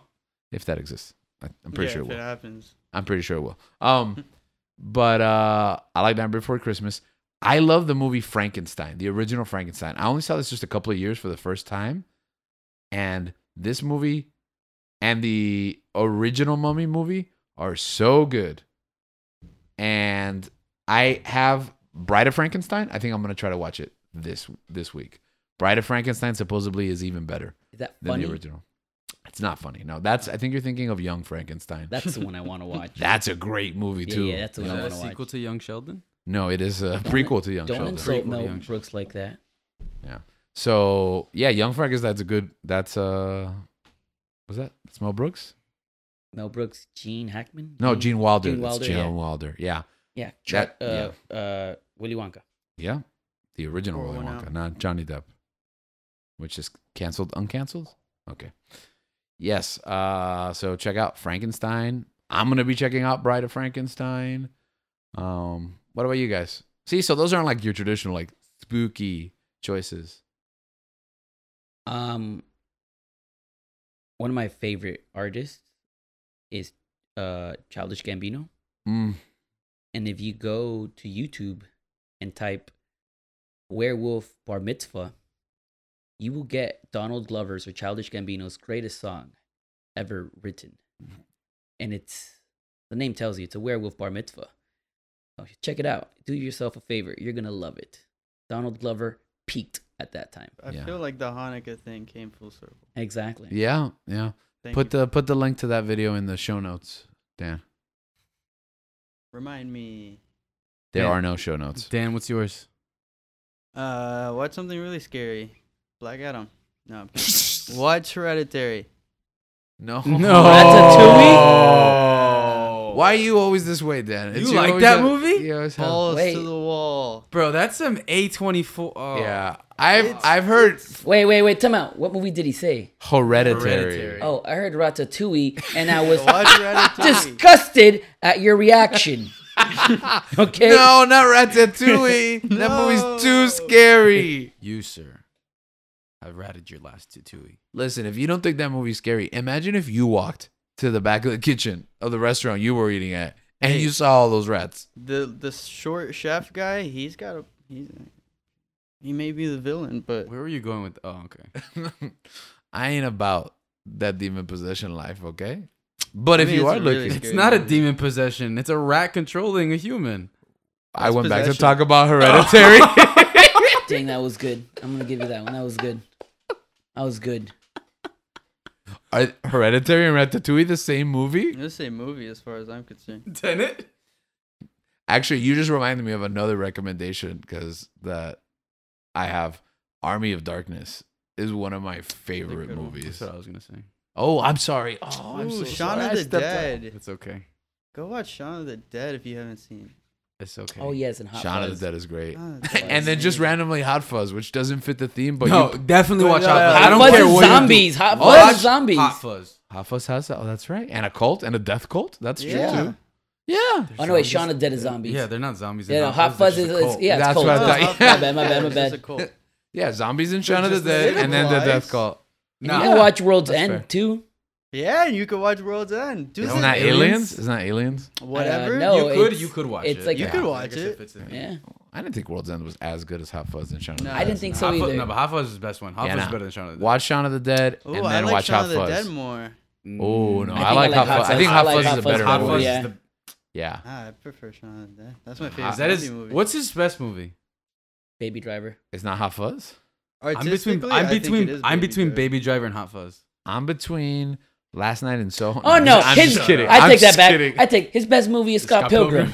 S1: if that exists. I- I'm pretty
S2: Yeah,
S1: sure it
S2: if
S1: will.
S2: it happens.
S1: I'm pretty sure it will. Um, but uh, I like Nightmare Before Christmas. I love the movie Frankenstein, the original Frankenstein. I only saw this just a couple of years for the first time, and this movie and the original Mummy movie are so good. And I have Bride of Frankenstein. I think I'm gonna try to watch it this this week. Bride of Frankenstein supposedly is even better
S4: Is that
S1: than
S4: funny?
S1: the original. It's not funny. No, that's I think you're thinking of Young Frankenstein.
S4: That's the one I want to watch.
S1: That's a great movie
S4: yeah,
S1: too.
S4: yeah, that's the
S5: Is
S4: one I
S5: that a
S4: want to
S5: sequel
S4: watch.
S5: to Young Sheldon?
S1: no, it is a prequel to Young
S4: Don't
S1: Sheldon.
S5: Sheldon.
S4: insult
S5: Prequel to
S4: Mel
S5: Young Sheldon.
S4: Brooks like that.
S1: So yeah, Young Frankenstein's a good. That's uh, was that Smell Brooks?
S4: Mel Brooks, Gene Hackman.
S1: No, Gene Wilder.
S4: Mm-hmm. Gene
S1: That's
S4: Wilder,
S1: Gene
S4: yeah.
S1: Wilder. Yeah.
S4: Yeah,
S1: That-
S4: Chuck, uh, uh, Willy Wonka.
S1: Yeah. The original
S2: Or
S1: Willy
S2: one
S1: Wonka,
S2: out.
S1: not Johnny Depp. Which is canceled, uncanceled? Okay. Yes. Uh so check out Frankenstein. I'm gonna be checking out Bride of Frankenstein. Um, what about you guys? See, so those aren't like your traditional like spooky choices.
S4: Um, one of my favorite artists is uh Childish Gambino,
S1: Mm.
S4: and if you go to YouTube and type "werewolf bar mitzvah," you will get Donald Glover's or Childish Gambino's greatest song ever written, and it's the name tells you it's a werewolf bar mitzvah. So check it out. Do yourself a favor. You're gonna love it. Donald Glover peaked at that time.
S2: I
S1: Yeah.
S2: feel like the Hanukkah thing came full circle.
S4: Exactly.
S1: Yeah, yeah.
S2: Thank
S1: Put
S2: you.
S1: the put the link to that video in the show notes, Dan.
S2: remind me.
S1: There
S5: Yeah.
S1: are no show notes.
S5: Dan, what's yours?
S2: Uh, watch something really scary. Black Adam. No, I'm kidding. watch Hereditary.
S1: No. Oh.
S5: Ratatouille?
S1: Why are you always this way, Dan?
S5: You
S1: your
S5: like
S1: always
S5: that movie?
S1: you always have-
S2: Balls
S4: Wait.
S2: to the wall.
S5: Bro, that's some A24. Oh.
S1: Yeah, I've
S2: It's-
S1: I've heard
S4: Wait, wait, wait. Time out. What movie did he say?
S1: hereditary.
S5: Hereditary.
S4: Oh, I heard Ratatouille, and I was
S2: Watch Hereditary.
S4: disgusted at your reaction. okay.
S1: No, not Ratatouille. That movie's too
S2: No.
S1: scary.
S5: You, sir, have ratted your last tutui.
S1: Listen, if you don't think that movie's scary, imagine if you walked to the back of the kitchen of the restaurant you were eating at and
S2: Hey.
S1: you saw all those rats.
S2: the the short chef guy. He's got a. He's, he may be the villain, but
S5: Where were you going with? Oh, okay.
S1: I ain't about that demon possession life, okay? But
S2: I
S1: if
S2: mean,
S1: you
S2: it's
S1: are
S2: a really
S1: looking,
S5: It's
S2: Scary
S5: not a
S2: movie.
S5: demon possession. It's a rat controlling a human.
S1: I went back to
S2: possession.
S1: talk about hereditary.
S4: Dang, that was good. I'm gonna give you that one. That was good. That was good.
S1: Are Hereditary and Ratatouille the same movie?
S2: this is a movie as far as I'm concerned.
S5: Tenet.
S1: Actually, you just reminded me of another recommendation because that I have Army of Darkness is one of my favorite
S2: good one.
S5: That's
S1: movies.
S5: what I was gonna say.
S1: Oh, I'm sorry. Oh, I'm
S2: Ooh,
S1: so
S2: Shaun
S1: sorry. I
S2: of the
S1: stepped up.
S2: Dead.
S5: It's okay.
S2: Go watch Shaun of the Dead if you haven't seen.
S5: It's okay.
S4: Oh yes, and hot.
S1: Shaun of
S4: Fuzz.
S1: the Dead is great.
S2: Shaun of the Dead
S1: and
S2: is
S1: then just
S2: amazing.
S1: randomly Hot Fuzz, which doesn't fit the theme, but
S5: no,
S1: you,
S5: definitely watch
S1: Yeah,
S5: Hot
S1: yeah,
S5: Fuzz.
S1: yeah.
S5: I don't
S4: Hot Fuzz
S5: care
S4: is
S5: what you do.
S4: zombies. Hot Fuzz
S5: Watch
S4: is zombies.
S5: Hot Fuzz.
S1: Hot Fuzz has that. Oh, that's right. And a cult and a death cult. That's true
S2: Yeah.
S1: too. Yeah.
S4: Oh no, wait. Shaun of the Dead is zombies.
S5: Yeah, they're not zombies.
S4: Yeah,
S5: they're
S4: no,
S5: not
S4: Hot Fuzz
S5: they're
S4: is,
S5: just a
S4: is
S5: cult.
S4: yeah, it's
S1: That's
S4: cold.
S1: what I
S2: Oh,
S1: thought.
S2: Hot
S1: Yeah.
S2: Fuzz.
S4: My bad, my bad, my
S2: It's just a
S4: bad.
S2: cult.
S1: Yeah, zombies and Shaun of the
S2: just-
S1: Dead,
S2: it
S1: and then the
S2: applies.
S1: death cult.
S4: And
S5: Nah.
S4: you can watch World's
S1: That's
S4: End
S1: fair.
S4: too.
S2: Yeah, and you could watch World's End. Dude,
S1: Isn't
S5: it
S1: that
S5: aliens?
S1: aliens? Isn't that aliens?
S2: whatever.
S4: Uh, no.
S5: you could,
S4: it's-
S5: you could watch
S4: it's
S5: it.
S4: like
S2: You
S1: a-
S2: could
S5: I
S2: watch
S5: guess
S2: it.
S5: fits in.
S4: Yeah.
S1: I didn't think World's End was as good as Hot Fuzz and Shaun of the
S2: No.
S1: Dead.
S4: I didn't think so
S5: Hot Fuzz,
S4: either.
S5: no, but Hot Fuzz is the best one. Hot
S1: Yeah,
S5: Fuzz
S1: nah.
S5: is better than Shaun of the Dead.
S1: Watch Shaun of the Dead
S2: Ooh,
S1: and then
S2: I like
S1: watch
S2: Shaun
S1: Hot
S2: of the Dead
S1: Fuzz.
S2: more.
S1: Oh no,
S4: I
S1: I,
S4: think
S1: like
S4: I like
S1: Hot Fuzz. I think
S4: I
S1: Hot
S4: like
S1: Fuzz is
S4: Hot
S1: a
S4: Fuzz
S1: better
S4: more.
S5: Hot Fuzz
S1: one.
S4: Yeah.
S5: is the
S1: Yeah.
S2: Ah, I prefer Shaun of the Dead. That's my favorite
S1: Ah,
S5: Is Uh, that his?
S2: zombie movie.
S5: What's his best movie?
S4: Baby Driver.
S1: It's not Hot Fuzz.
S5: I'm between.
S2: Artistically,
S5: I'm
S2: I think it
S5: between.
S2: is
S5: I'm
S2: Baby
S5: between
S2: Driver.
S5: Baby Driver and Hot Fuzz.
S1: I'm between Last Night and Soho.
S4: Oh
S1: I'm
S4: no,
S1: just- I'm
S4: his,
S1: just kidding.
S4: I
S1: I'm
S4: take that
S1: just
S4: back.
S1: kidding.
S4: I take his best movie is Scott, Pilgrim.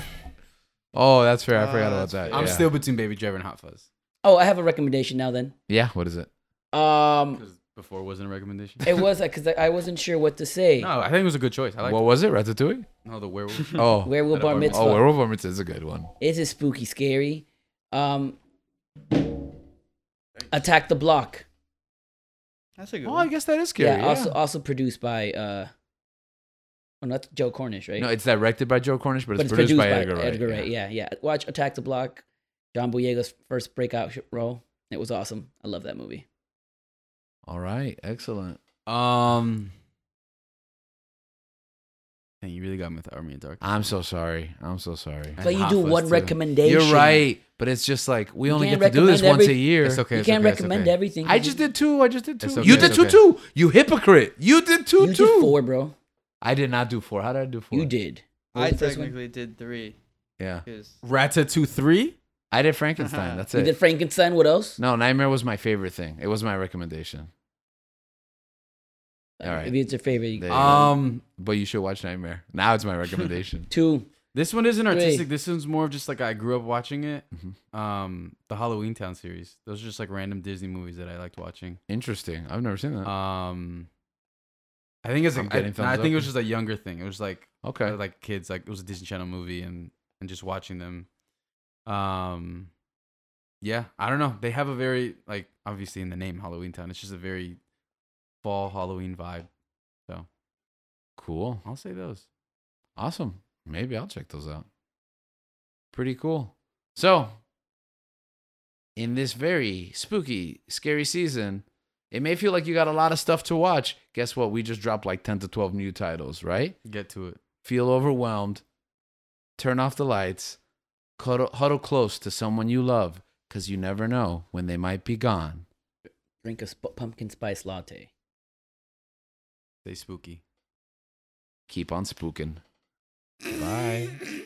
S1: Oh, that's fair. I
S2: Oh,
S1: forgot about
S2: that's
S1: that.
S2: fair.
S5: I'm
S1: yeah.
S5: still between Baby Driver and Hot Fuzz
S4: Oh, I have a recommendation now. Then
S1: Yeah, what is it?
S4: um,
S5: because before wasn't a recommendation.
S4: it was because I wasn't sure what to say.
S5: No, I think it was a good choice. I like
S1: what was it? Ratatouille?
S5: no the werewolf.
S1: Oh.
S4: Where will
S5: At a
S4: Bar
S5: bar
S4: Mitzvah?
S1: oh, Werewolf by Mitzvah is a good one.
S4: It is spooky, scary. Um, Attack the Block.
S2: That's a good
S1: Oh, I
S2: one.
S1: guess that is scary.
S4: yeah,
S1: Yeah,
S4: also also produced by uh, well, not Joe Cornish, right?
S1: no, it's directed by Joe Cornish, but it's, produced, by Edgar Wright. yeah.
S4: Yeah. yeah, Watch Attack the Block. John Boyega's first breakout sh- role. It was awesome. I love that movie.
S1: All right, excellent.
S5: Um, dang, you really got me with Army and Dark.
S1: I'm so sorry. I'm so sorry.
S5: And
S4: So you
S5: Hot
S4: do
S5: Fuzz,
S4: one
S5: too.
S4: recommendation.
S1: You're right, but it's just like we
S4: You
S1: only get
S4: can't
S1: to do this
S4: recommend
S1: once a
S4: every-
S1: year.
S5: It's okay.
S4: you
S5: it's
S4: can't
S5: okay, it's
S4: recommend
S5: okay.
S4: everything.
S1: I just did two. I just did two.
S5: It's okay,
S1: You did
S5: it's
S1: two
S5: okay.
S1: too. You hypocrite. You did two
S4: You
S1: too.
S4: did four, bro.
S1: I did not do four. How did I do four?
S4: You did. What
S2: I
S4: was the first one?
S2: technically did three
S1: Yeah.
S2: because
S5: Ratatouille three.
S1: I did Frankenstein. That's
S4: Uh-huh. You
S1: it.
S4: did Frankenstein. What else?
S1: no, Nightmare was my favorite thing. It was my recommendation. All right.
S4: If it's your favorite, you-
S1: There you go.
S5: Um,
S1: But you should watch Nightmare. Now it's my recommendation.
S4: two.
S5: this one isn't artistic.
S4: Three.
S5: This one's more of just like I grew up watching it.
S1: Mhm.
S5: Um, the Halloween Town series. Those are just like random Disney movies that I liked watching.
S4: Uh,
S1: Interesting. I've never seen that.
S5: Um, I I think it's
S1: I'm
S5: like, I,
S1: getting
S5: nah, I
S1: thumbs
S5: think it
S1: up.
S5: was just a younger thing. It was like
S1: Okay.
S5: like kids like it was a Disney Channel movie and and just watching them. Um, yeah, I don't know. They have a very like obviously in the name Halloween Town. It's just a very fall Halloween vibe.
S1: Cool.
S5: I'll say those.
S1: Awesome. Maybe I'll check those out. Pretty cool. So, in this very spooky, scary season, it may feel like you got a lot of stuff to watch. Guess what? We just dropped like 10 to 12 new titles, right?
S5: Get to it.
S1: Feel overwhelmed. Turn off the lights. Cuddle, huddle close to someone you love because you never know when they might be gone.
S4: Drink a sp- pumpkin spice latte.
S5: Stay spooky.
S1: Keep on spooking. Bye.